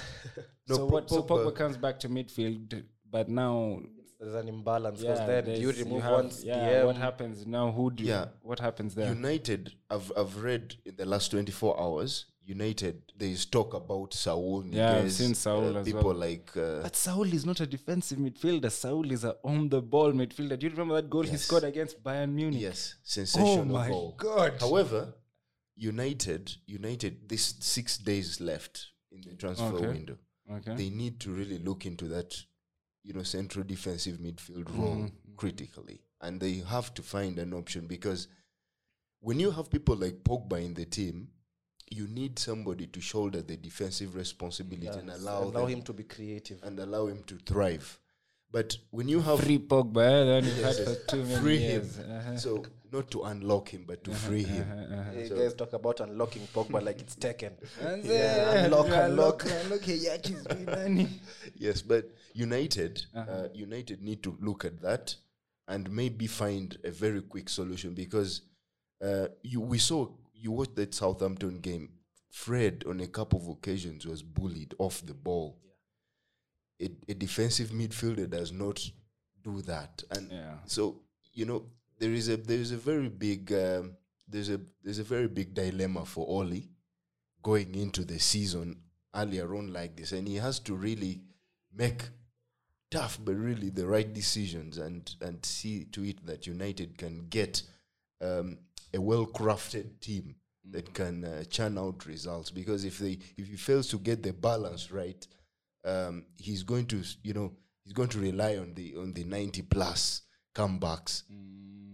so Pog- what? so Pogba comes back to midfield, but now There's an imbalance because yeah, then there's- you remove have- one Yeah, PM. what happens now? Who do? Yeah. What happens there? United, I've I've read in the last twenty four hours, United there is talk about Saul. Yeah, I've Niguez, seen Saul as people well. like uh, But Saul is not a defensive midfielder. Saul is a on the ball midfielder. Do you remember that goal he Yes. scored against Bayern Munich? yes, sensational Oh my goal. God. However, United, United, this six days left in the transfer Okay. window. Okay. They need to really look into that, you know, central defensive midfield role Mm-hmm. critically, and they have to find an option because when you have people like Pogba in the team. You need somebody to shoulder the defensive responsibility and allow, allow them him to be creative. and allow him to thrive. But when you have free Pogba, eh? then he had Yes, for yes. too many free years. him, Uh-huh. so not to unlock him, but to free him. You So- guys talk about unlocking Pogba like it's taken. And Yeah, then- unlock, yeah, unlock. unlock, hey, Yachi is doing nani? Yes, but United, uh Uh-huh. United need to look at that and maybe find a very quick solution because uh, you we saw you watched that Southampton game. Fred on a couple of occasions was bullied off the ball. A, a defensive midfielder does not do that, and Yeah. so you know there is a there is a very big um, there's a there's a very big dilemma for Oli going into the season earlier on like this, and he has to really make tough but really the right decisions and and see to it that United can get um, a well crafted team that can uh, churn out results because if they if he fails to get the balance right, um, he's going to s- you know he's going to rely on the on the ninety plus comebacks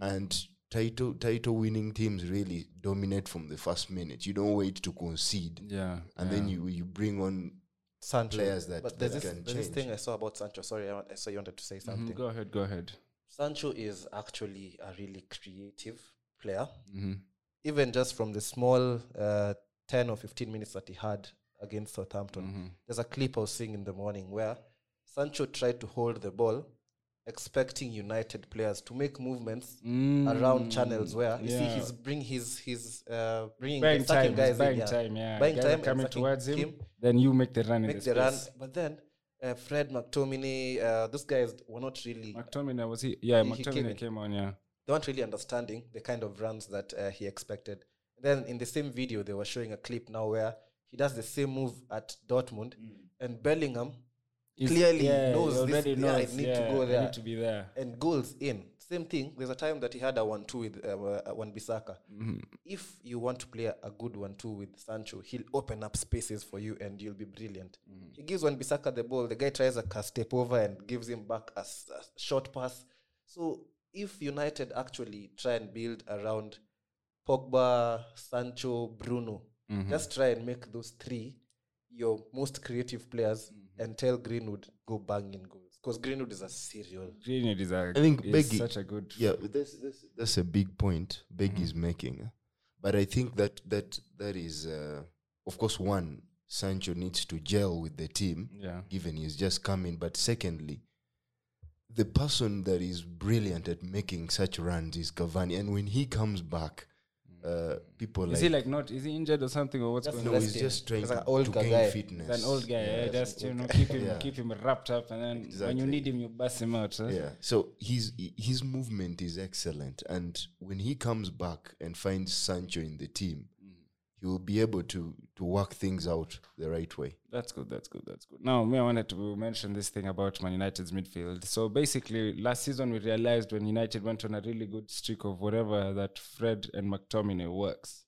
and title title winning teams really dominate from the first minute. You don't wait to concede Yeah. and then you you bring on Sancho. players that- but there's that this, can there's this change. thing I saw about Sancho. Sorry, I, want- I saw you wanted to say something. Mhm, Go ahead, go ahead. Sancho is actually a really creative player. Mhm. Even just from the small uh, 10 or 15 minutes that he had against Southampton, Mm-hmm. there's a clip I was seeing in the morning where Sancho tried to hold the ball, expecting United players to make movements around channels where you Mm. yeah. see he's bring his his uh, bringing Buying the time, second guys he's in, buying yeah. time, yeah. buying Guys are time and coming sucking towards him, him. Then you make the run in make the, the run. space. But then uh, Fred McTominay, uh, those guys were not really McTominay was he? Yeah, He- he came McTominay in. came on. Yeah. they weren't really understanding the kind of runs that uh, he expected. Then in the same video, they were showing a clip now where he does the same move at Dortmund, and Bellingham He's- clearly yeah, knows he this. already yeah, I knows, need yeah, to go there. I need to be there. and goals in. Same thing. There's a time that he had a one-two with uh, uh, Wan Bissaka. If you want to play a- a good one-two with Sancho, he'll open up spaces for you, and you'll be brilliant. He gives Wan Bissaka the ball. The guy tries a cast step over and gives him back a, s- a short pass. So if United actually try and build around Pogba, Sancho, Bruno, just try and make those three your most creative players, and tell Greenwood go bang in goals because Greenwood is a serial Greenwood is a, I think is Beggy- such a good. yeah but that's that's, that's a big point big is making but i think that that that is uh, of course one sancho needs to gel with the team Yeah. given he's just coming but secondly the person that is brilliant at making such runs is cavani and when he comes back uh, people Is like, he like not? Is he injured or something or what's That's going no on? he's resting? just trying He's to, an old to guy. gain He's an fitness He's an old guy. eh? Yeah. Just you know, keep him, Yeah. keep him wrapped up, and then when you Exactly. need him, you bust him out. eh? Yeah. So his hi- his movement is excellent, and when he comes back and finds Sancho in the team, he will be able to to work things out the right way. That's good. That's good. That's good. Now, me, I wanted to mention this thing about Man United's midfield. So basically, last season we realized when United went on a really good streak of whatever that Fred and McTominay works.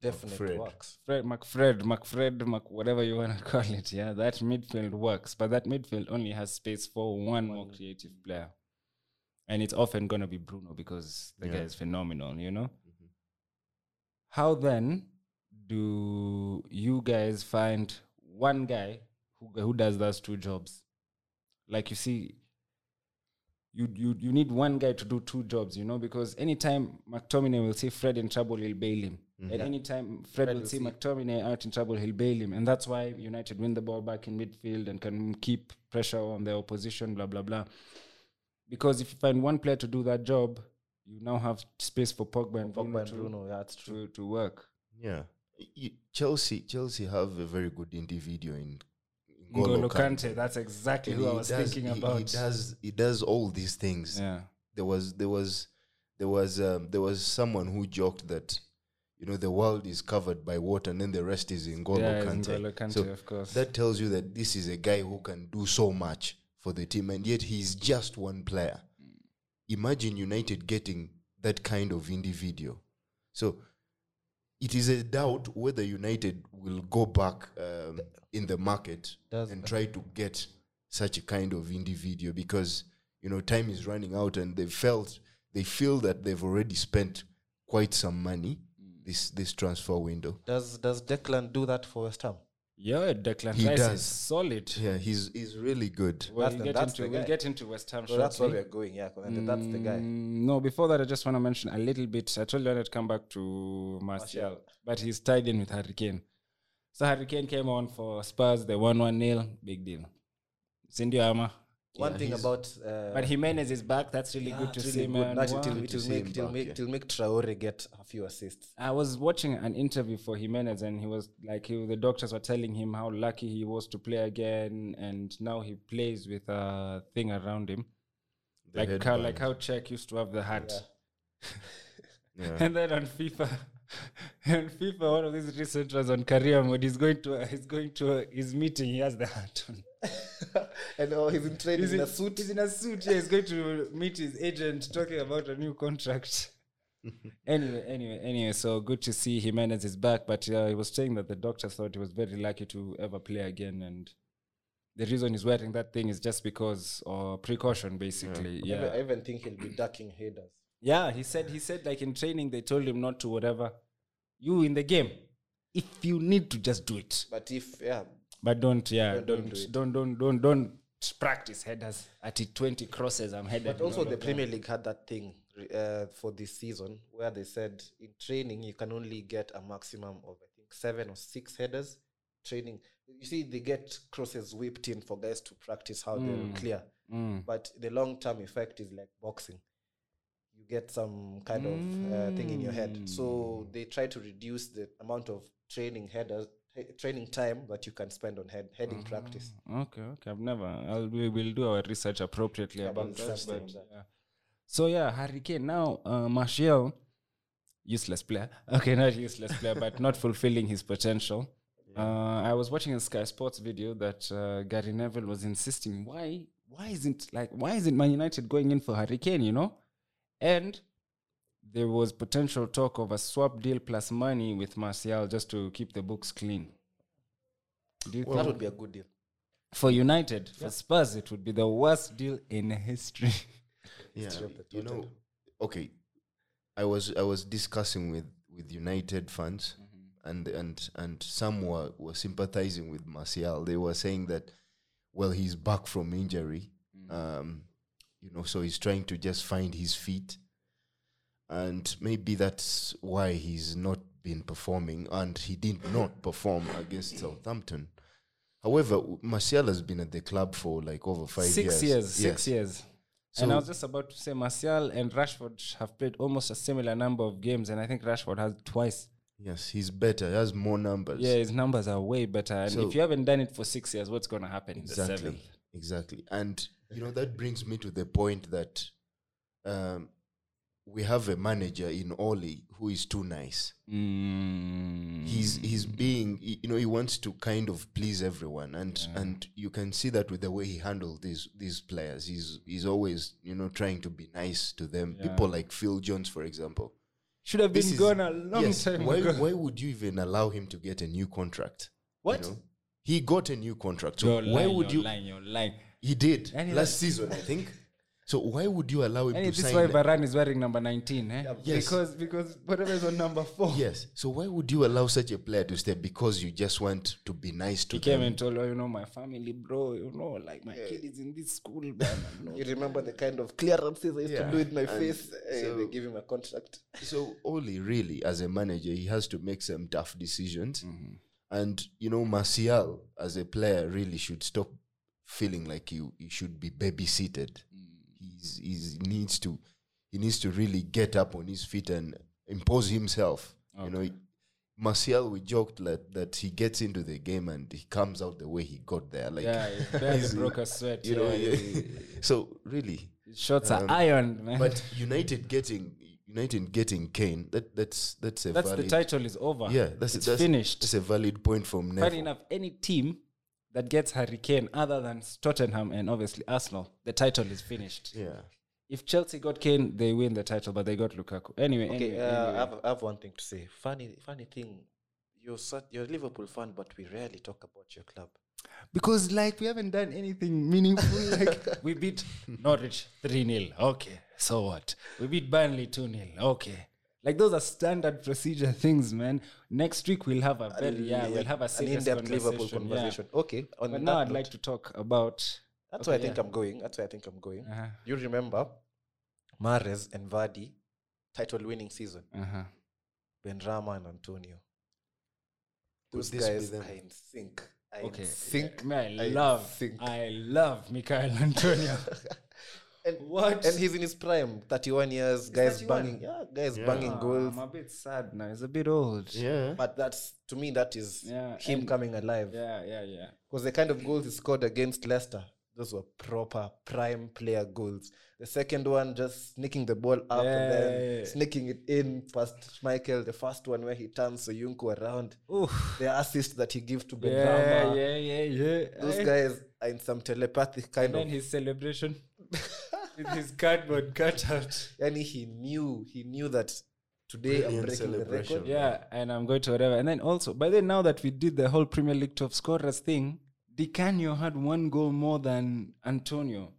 definite Fred. works. Fred, McFred, McFred, Mc whatever you want to call it. Yeah, that midfield works, but that midfield only has space for one more creative player, and it's often gonna be Bruno because the Yeah. Mm-hmm. guy is phenomenal. You know. How then do you guys find one guy who, who does those two jobs? Like you see, you, you you need one guy to do two jobs, you know, because anytime McTominay will see Fred in trouble, he'll bail him. And anytime Mm-hmm. Fred, will see McTominay out in trouble, he'll bail him. And that's why United win the ball back in midfield and can keep pressure on their opposition, blah, blah, blah. Because if you find one player to do that job, you now have space for Pogba and Bruno, Pogba and to, Bruno, yeah, that's true. To, to work. Yeah. Y- y- Chelsea Chelsea have a very good individual in N'Golo Kante, that's exactly And who I he was does- thinking he- about. He does he does all these things. Yeah. There was there was there was um, there was someone who joked that you know the world is covered by water and then the rest is in Yeah, Golo it's Kante. N'Golo Kante, So of course. that tells you that this is a guy who can do so much for the team and yet he's just one player. Imagine United getting that kind of individual. So it is a doubt whether United will go back um, in the market Does- and try to get such a kind of individual because you know time is running out and they felt they feel that they've already spent quite some money this this transfer window. Does does Declan do that for West Ham? Yeah, Declan He Rice does. is solid. Yeah, he's he's really good. Well, That's we'll the- get that's into, the we'll guy. get into West Ham So shortly. that's where we're going, yeah. Konate, That's the Mm, guy. No, before that, I just want to mention a little bit. I told you I'd come back to Martial, but he's tied in with Hurricane. So Hurricane came on for Spurs. They won 1 0. Big deal. Cindy Ama. One thing he's- about uh, But Jimenez is back. That's really yeah, good to it's see, really man. That Wow. it'll, Good to it'll see make him it'll back, make yeah. it'll make Traore get a few assists. I was watching an interview for Jimenez, and he was like, he, the doctors were telling him how lucky he was to play again, and now he plays with a thing around him, The like how, headband. like how Czech used to have the hat. Yeah. And then on FIFA, on FIFA, one of these researchers on career mode is going to he's going to his meeting. He has the hat on. and oh, he's in training He's in a suit. He's in a suit. Yeah, he's going to meet his agent, talking about a new contract. anyway, anyway, anyway. So good to see Jimenez is back, but uh, he was saying that the doctor thought he was very lucky to ever play again, and the reason he's wearing that thing is just because or precaution, basically. I Yeah. even- I even think he'll be ducking headers. Yeah, he said he said like in training they told him not to whatever. You in the game, if you need to just do it. But if yeah, But don't yeah, Yeah, don't don't do it. don't don't don't don't practice headers at it 20 crosses I'm headed. but and also all the of that. Premier League had that thing re- uh, for this season where they said in training you can only get a maximum of I think seven or six headers. Training, you see, they get crosses whipped in for guys to practice how Mm. they clear. Mm. but the long term effect is like boxing. You get some kind of uh, thing in your head. So they try to reduce the amount of training headers, he- training time that you can spend on head heading practice. Okay, okay. I've never I'll we will do our research appropriately Yeah, about we'll that. search but, them. yeah. So yeah, Hurricane now uh, Martial useless player. Okay, not useless player, but not fulfilling his potential. Uh, I was watching a Sky Sports video that uh, Gary Neville was insisting why why isn't like why isn't Man United going in for Hurricane, you know? And there was potential talk of a swap deal plus money with Martial just to keep the books clean. Do you that think- would be a good deal. for United, for Spurs, it would be the worst deal in history. yeah, history of the you Tottenham. know, okay. I was I was discussing with with United fans, and and and some were were sympathizing with Martial. They were saying that, well, he's back from injury, um, you know, so he's trying to just find his feet, and maybe that's why he's not been performing, and he did not perform against Southampton. However, w- Martial has been at the club for like over five six years, Yes. six years. and I So- was just about to say, Martial and Rashford have played almost a similar number of games, and I think Rashford has twice. Yes, he's better. He has more numbers. Yeah, his numbers are way better. And So- if you haven't done it for six years, what's going to happen in the exactly. seventh? Exactly. And you know that brings me to the point that um, we have a manager in Oli who is too nice. Mm. He's Mm. he's being y- you know he wants to kind of please everyone, and and you can see that with the way he handled these these players. He's he's always you know trying to be nice to them. People like Phil Jones, for example. Should have been This is- gone a long yes, time why, ago. Why would you even allow him to get a new contract? What? know? He got a new contract. So You're why lying, would you're you? lying, you're lying. He did And he last season, I think. So why would you allow him And to this is sign? why Varane is wearing number 19, eh? Yes. Because because whatever is on number four. yes. So why would you allow such a player to stay because you just want to be nice to He came them? and told her, you know, my family, bro, you know, like my kid is in this school, man. You know. You remember the kind of clearances I used Yeah, to do with my and face? Eh, so- they give him a contract. so Oli really, as a manager, he has to make some tough decisions. Mm-hmm. And you know, Martial as a player really should stop feeling like you he should be babysitted. Mm. He's, he's he needs to he needs to really get up on his feet and impose himself. You know, Martial we joked that that he gets into the game and he comes out the way he got there. Like yeah, he barely broke a sweat. you know, yeah. so really His Shots are iron, man. but United getting United getting Kane that that's that's a that's valid the title is over. yeah that's it's that's, finished. That's a valid point from Funny Neville. enough, any team that gets Hurricane other than Tottenham and obviously Arsenal, the title is finished. Yeah, If Chelsea got Kane, they win the title, but they got Lukaku. Anyway, Okay, anyway, uh, I, anyway. have, I have one thing to say. Funny, funny thing. You're such, you're a Liverpool fan, but we rarely talk about your club. because like we haven't done anything meaningful. like we beat Norwich three 0 Okay, so what? We beat Burnley two 0 Okay. Like those are standard procedure things, man. Next week we'll have a very yeah, we'll have a an serious in-depth Liverpool yeah. conversation. Okay, But on that now I'd note, like to talk about that's okay, where I think yeah. I'm going. That's where I think I'm going. uh-huh, You remember Mares and Vardy, title-winning season. uh-huh. Benrama and Antonio. Those Would this be guys, them? I in sync. I Okay. in sync. May I, in love sync. I love Michael Antonio. And what? and he's in his prime, 31 years, guys 31? banging, yeah, guys Yeah. banging goals. Ah, I'm a bit sad now. He's a bit old. yeah. But that's to me, that is Yeah, him and- coming alive. yeah, yeah, yeah. Because the kind of goals he scored against Leicester, those were proper prime player goals. The second one, just sneaking the ball up and Yeah. then sneaking it in past Michael. The first one where he turns Soyuncu around. Oof. The assist that he gives to Yeah, Benrahma. yeah, yeah, yeah. Those Eh. guys are in some telepathic kind And then of. his celebration with his cardboard cutout. Yani he knew, he knew that today I'm Brilliant breaking the record. celebration. Yeah, and I'm going to whatever. And then also, by then, now that we did the whole Premier League top scorers thing, Di Canio had one goal more than Antonio,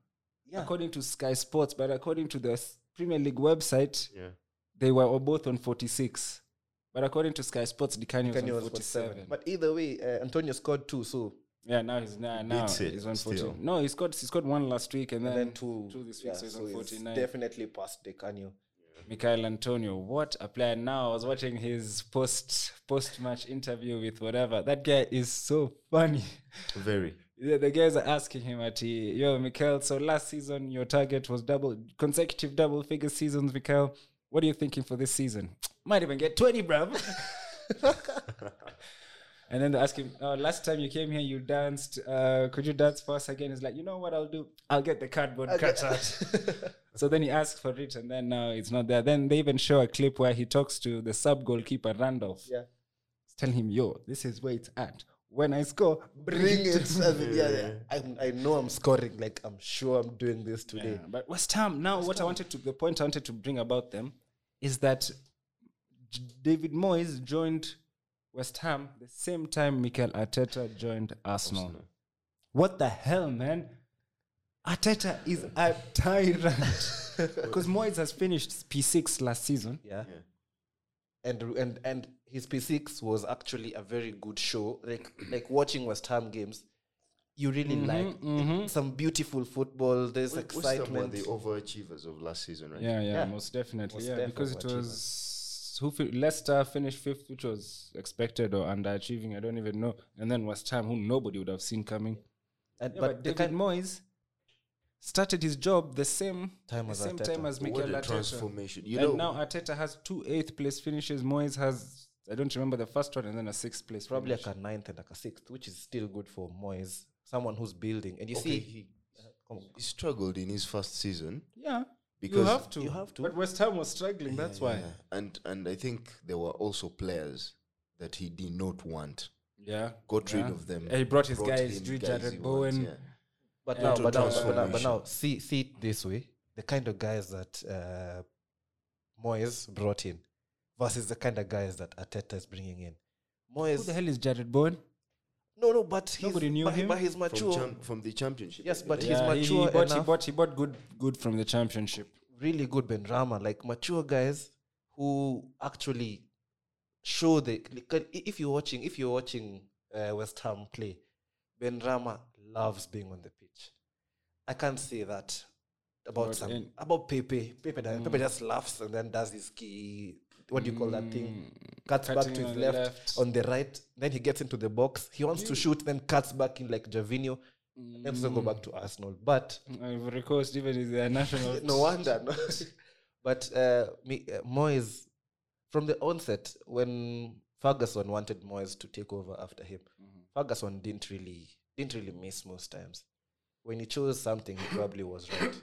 Yeah. according to Sky Sports. But according to the s- Premier League website, Yeah. they were all both on 46. But according to Sky Sports, Di Canio was Kanye on was 47. 47. But either way, uh, Antonio scored two, so yeah, now he's now, now beats it he's on 14. still. No, he scored he scored one last week and then, and then two. this week, yeah, so he's so on he's 49. Definitely past the Canio. Michael Antonio, what a player! Now I was watching his post post match interview with whatever. That guy is so funny. very. The, the guys are asking him at eh, yo Michael. So last season your target was double consecutive double figure seasons, Michael. What are you thinking for this season? Might even get twenty, bruv. and then they ask him, oh, last time you came here, you danced. Uh, could you dance for us again? He's like, you know what I'll do? I'll get the cardboard cut out. So then he asks for it, and then now it's not there. Then they even show a clip where he talks to the sub goalkeeper Randolph. Yeah. Tell him, yo, this is where it's at. When I score, bring, Bring it. it. As in, yeah, yeah. I'm, I know I'm scoring. Like, I'm sure I'm doing this today. Yeah, but West Ham. Now, what I wanted to the point I wanted to bring about them is that J- David Moyes joined West Ham the same time Mikel Arteta joined Arsenal. What the hell, man? Arteta is a tyrant because Moyes has finished P6 last season. Yeah. And and and his P6 was actually a very good show. Like like watching West Ham games, you really Mm-hmm, like it- some beautiful football. There's Excitement. excitement. The overachievers of last season, right? Yeah, yeah, Yeah. most definitely. Most yeah, defo because it overachievers. was who fi- Leicester finished fifth, which was expected or underachieving. I don't even know. And then West Ham, who nobody would have seen coming. And- Yeah, but, but the David kind Moyes started his job the same Time the as same Arteta. time as Mikel What a Arteta. transformation! You uh, and know, now Arteta has two eighth place finishes. Moyes has I don't remember the first one, and then a sixth place. probably finish. like a ninth and like a sixth, which is still good for Moyes, someone who's building. And you see, he, come on. he struggled in his first season. yeah. you Because have to. you have to. But West Ham was struggling. that's why. Yeah. And and I think there were also players that he did not want. Yeah. Got rid Yeah. of them. Yeah, he brought his Brought guys, in Drew guys Jared he wants, Bowen. yeah. but Yeah. now, Total but now, but now, but transformation. now, see, see it this way: the kind of guys that uh, Moyes brought in versus the kind of guys that Arteta is bringing in. Who the Moyes, hell is Jared Bowen? No, no, but he's, Nobody knew but, him but he's from, mature. champ- from the championship. Yes, I but believe. he's Yeah, he- he, mature bought, he enough. bought he bought good good from the championship. really good Ben Rama, like mature guys who actually show the. like, i- If you're watching, if you're watching uh, West Ham play, Ben Rama loves being on the pitch. I can't say that about About Mm. some in- about Pepe. Pepe, da- Pepe just laughs and then does his key. What do you call that thing? Cuts back Mm. Cutting to his on the left, left. on the right. Then he gets into the box. He wants to shoot, then cuts back in like Javinho. Mm. Let's go back to Arsenal, but I've recourse even in their national. no wonder. No? but uh, me, uh, Moyes, from the onset, when Ferguson wanted Moyes to take over after him, Mm-hmm. Ferguson didn't really didn't really miss most times. When he chose something, he probably was right.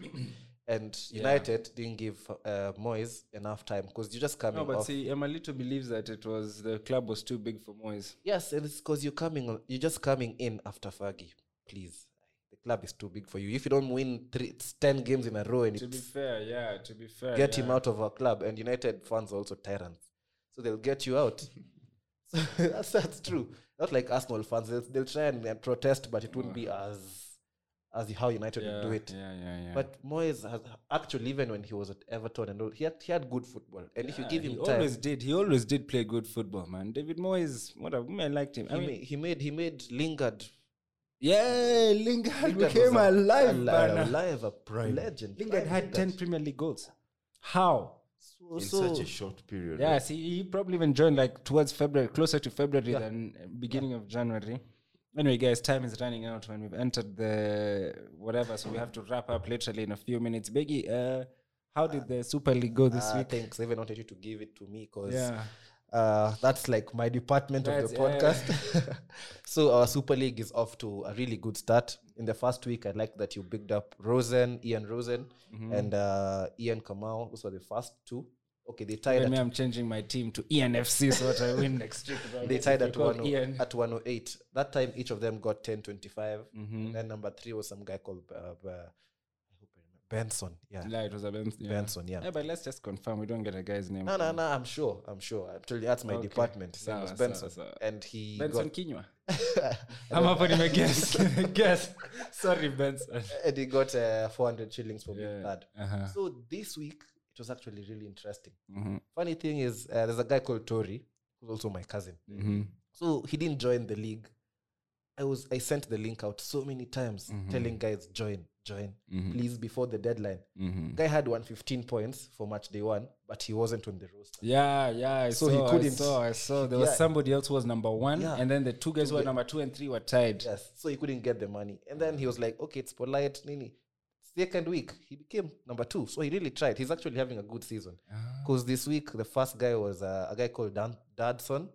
And United didn't give uh, Moyes enough time because you just coming No, but off. see, Emalito believes that it was the club was too big for Moyes. Yes, and it's because you're coming. on- You're just coming in after Fergie. Please, the club is too big for you. If you don't win three, it's ten games in a row, and To be it's fair, yeah. To be fair, get yeah. him out of our club. And United fans are also tyrants, so they'll get you out. so that's, that's true. Not like Arsenal fans, they'll, they'll try and, and protest, but it wouldn't be as as how United Yeah, would do it. yeah, yeah, yeah. But Moyes has actually, even when he was at Everton and all, he had, he had good football. And if you Yeah, give he him time, always did. He always did play good football, man. David Moyes, what a I liked him. I he, mean, ma- he made he made Lingard. yeah, Lingard Lingard became was a- alive, alive, man. alive, a legend. Lingard Live had ten Premier League goals. How? So, in so- such a short period. Yeah, see, he probably even joined like towards February, closer to February than uh, beginning of January. Anyway, guys, time is running out when we've entered the whatever, so we have to wrap up literally in a few minutes. Beggy, uh, how did the Super League go this uh, week? thanks. I even wanted you to give it to me because Yeah, uh, that's like my department of the That's- podcast. so our Super League is off to a really good start. In the first week, I like that you picked up Rosen, Ian Rosen, Mm-hmm. and uh, Ian Kamau. Those were the first two. Okay, they tied and me, at, I'm changing my team to E ENFC so that I win next week. bro. they If tied we at call one Ian. at one oh eight. That time, each of them got ten twenty five. Mm-hmm. And then number three was some guy called uh, uh, I hope I remember- Benson. Yeah, Yeah, it was a Benz, yeah. Benson. Yeah. Yeah, but let's just confirm we don't get a guy's name. No, no, no. I'm sure. I'm sure. I'm telling you, that's my Okay. department. His name Sawa, was sawa, Benson, sawa. and he Benson got Kinywa. I'm up on him a guess. guess. Sorry, Benson. and he got uh, 400 shillings for being Yeah. bad. Uh-huh. So this week, it was actually really interesting. Mhm. Funny thing is, uh, there's a guy called Tori, who's also my cousin. Mhm. So he didn't join the league. I was I sent the link out so many times, Mm-hmm. telling guys join, join, please before the deadline. Mm-hmm. Guy had 115 points for match day one, but he wasn't on the roster. Yeah, yeah. I So saw, he I couldn't- saw. I saw. There was Yeah. somebody else who was number one, Yeah. and then the two guys who were number two and three were tied. Yes, so he couldn't get the money. And then he was like, okay, it's polite, nini. Second week, he became number two. So he really tried. He's actually having a good season. Ah. Because this week, the first guy was uh, a guy called Dan- Dadson.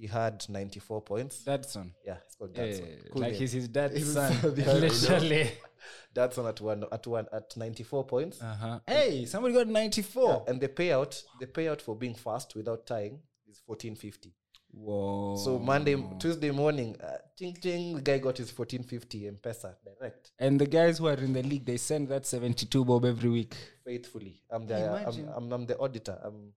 He had 94 points. Dad's son. yeah, it's called Yeah, Dadson. Cool like name. he's his dad's His son. son, yeah. Literally. Dadson at one at one at 94 points. uh-huh. Hey, somebody got Yeah, 94. and the payout, the payout for being fast without tying is 1450. Whoa. So Monday, Tuesday morning, uh, ting ting, the guy got his 1450 in Pesa direct, and the guys who are in the league, they send that 72 bob every week. faithfully. I'm the I'm, Imagine. I'm, I'm the auditor. I'm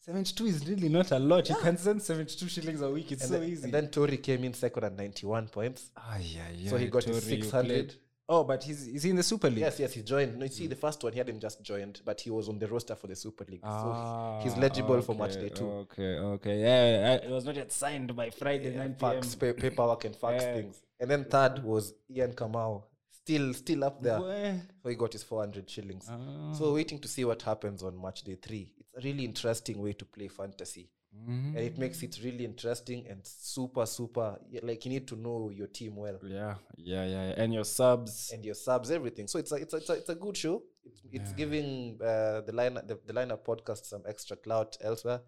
72 is really not a lot. You can send 72 shillings a week. It's and, so then, easy. and then Tori came in second at 91 points. Ah, yeah, yeah. So he got his Tori, you 600. played- Oh, but he's is he in the Super League? Yes, yes, he joined. No, you see, the first one he hadn't just joined, but he was on the roster for the Super League. so he- he's Ah, legible for match okay, day two. Okay, okay. Yeah, I- it was not yet signed by Friday 9 p.m. fax pa- paperwork and fax Yeah. things. And then third was Ian Kamau, still still up there. Weh. So he got his 400 shillings. Ah. So waiting to see what happens on match day three. It's a really interesting way to play fantasy, Mm-hmm. and it makes it really interesting and super super. yeah, Like you need to know your team well Yeah, yeah, yeah. yeah. And your subs. and your subs, everything. So it's a it's a, it's a, it's a good show. It's, it's giving uh, the line the, the lineup podcast some extra clout elsewhere,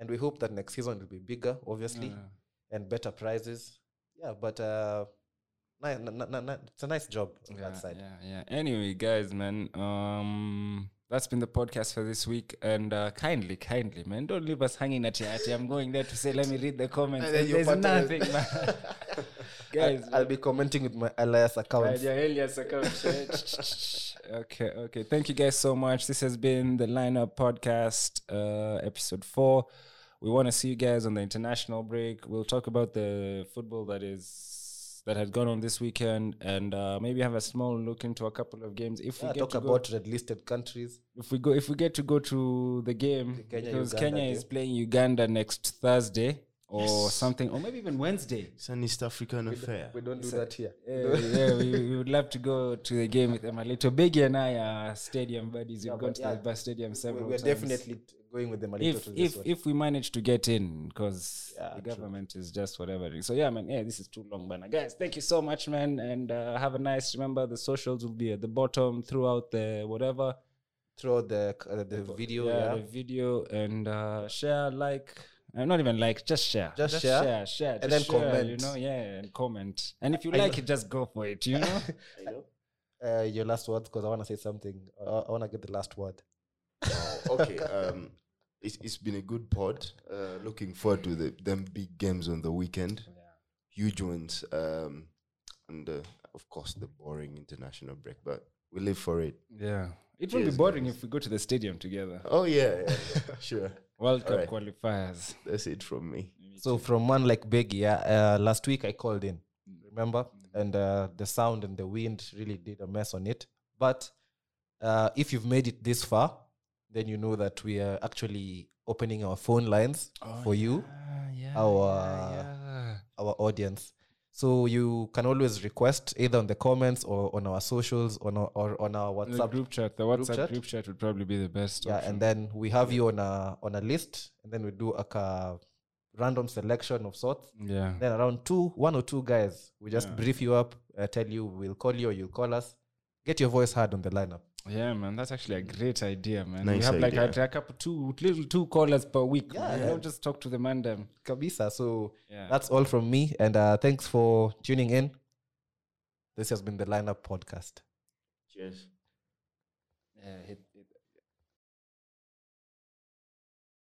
and we hope that next season will be bigger, obviously, and better prizes. Yeah, but uh, ni- ni- ni- ni- it's a nice job on yeah, that side. yeah, yeah. Anyway, guys, man, um, that's been the podcast for this week. And uh, kindly, kindly, man, don't leave us hanging at your at your- I'm going there to say, let me read the comments. And then and you there's pattern nothing, it. man. guys, I, will be commenting with my alias Right, account. yeah, Elias account. okay, okay. Thank you guys so much. This has been the lineup podcast, uh, episode four. We want to see you guys on the international break. We'll talk about the football that is that had gone on this weekend, and uh, maybe have a small look into a couple of games. If Yeah, we get talk to go- about red listed countries. if we go if we get to go to the game Kenya, because Uganda eh? Kenya is game. playing Uganda next Thursday or something or maybe even Wednesday. It's an East African affair. We don't do that here. Yeah, Eh, yeah, we, we would love to go to the game with them a little. Biggie and I are stadium buddies. We've gone but to yeah, the bus stadium We- several we are times. definitely t- going with the Malito if to this if one. if we manage to get in because Yeah, the true. government is just whatever it is. so yeah man yeah this is too long but guys thank you so much man and uh, have a nice remember the socials will be at the bottom throughout the whatever Throughout the c- uh, the video, yeah, yeah. the video and uh, share like uh, not even like just share Just share. share share And just then share, comment. you know yeah and comment and if you I like know- it just go for it you know Uh, your last words, because I want to say something. I, I want to get the last word. okay. Um, it, it's been a good pod. Uh, looking forward to the them big games on the weekend. Huge ones. Um, and uh, of course the boring international break, but we live for it. yeah it will Cheers, be boring if we go to the stadium together Oh yeah, yeah, yeah. sure. world cup Alright. qualifiers That's it from me. So from one like Beggy, yeah, uh, last week I called in, remember, and uh, the sound and the wind really did a mess on it. But uh, if you've made it this far, then you know that we are actually opening our phone lines for you, Ah, yeah, our our audience. So you can always request either on the comments or on our socials on our, or on our The WhatsApp group chat, the WhatsApp group chat? chat? would probably be the best. yeah option. and then we have you on a on a list and then we do like a random selection of sorts yeah, then around two one or two guys we just Yeah. brief you up uh, tell you we'll call you or you'll call us get your voice heard on the lineup yeah, man, that's actually a great idea, man. we Nice have like idea. a, a couple two little two callers per week. Yeah, man. Yeah. You don't just talk to the man them. kabisa so Yeah. that's all from me and uh, thanks for tuning in this has been the lineup podcast Cheers. yeah, hit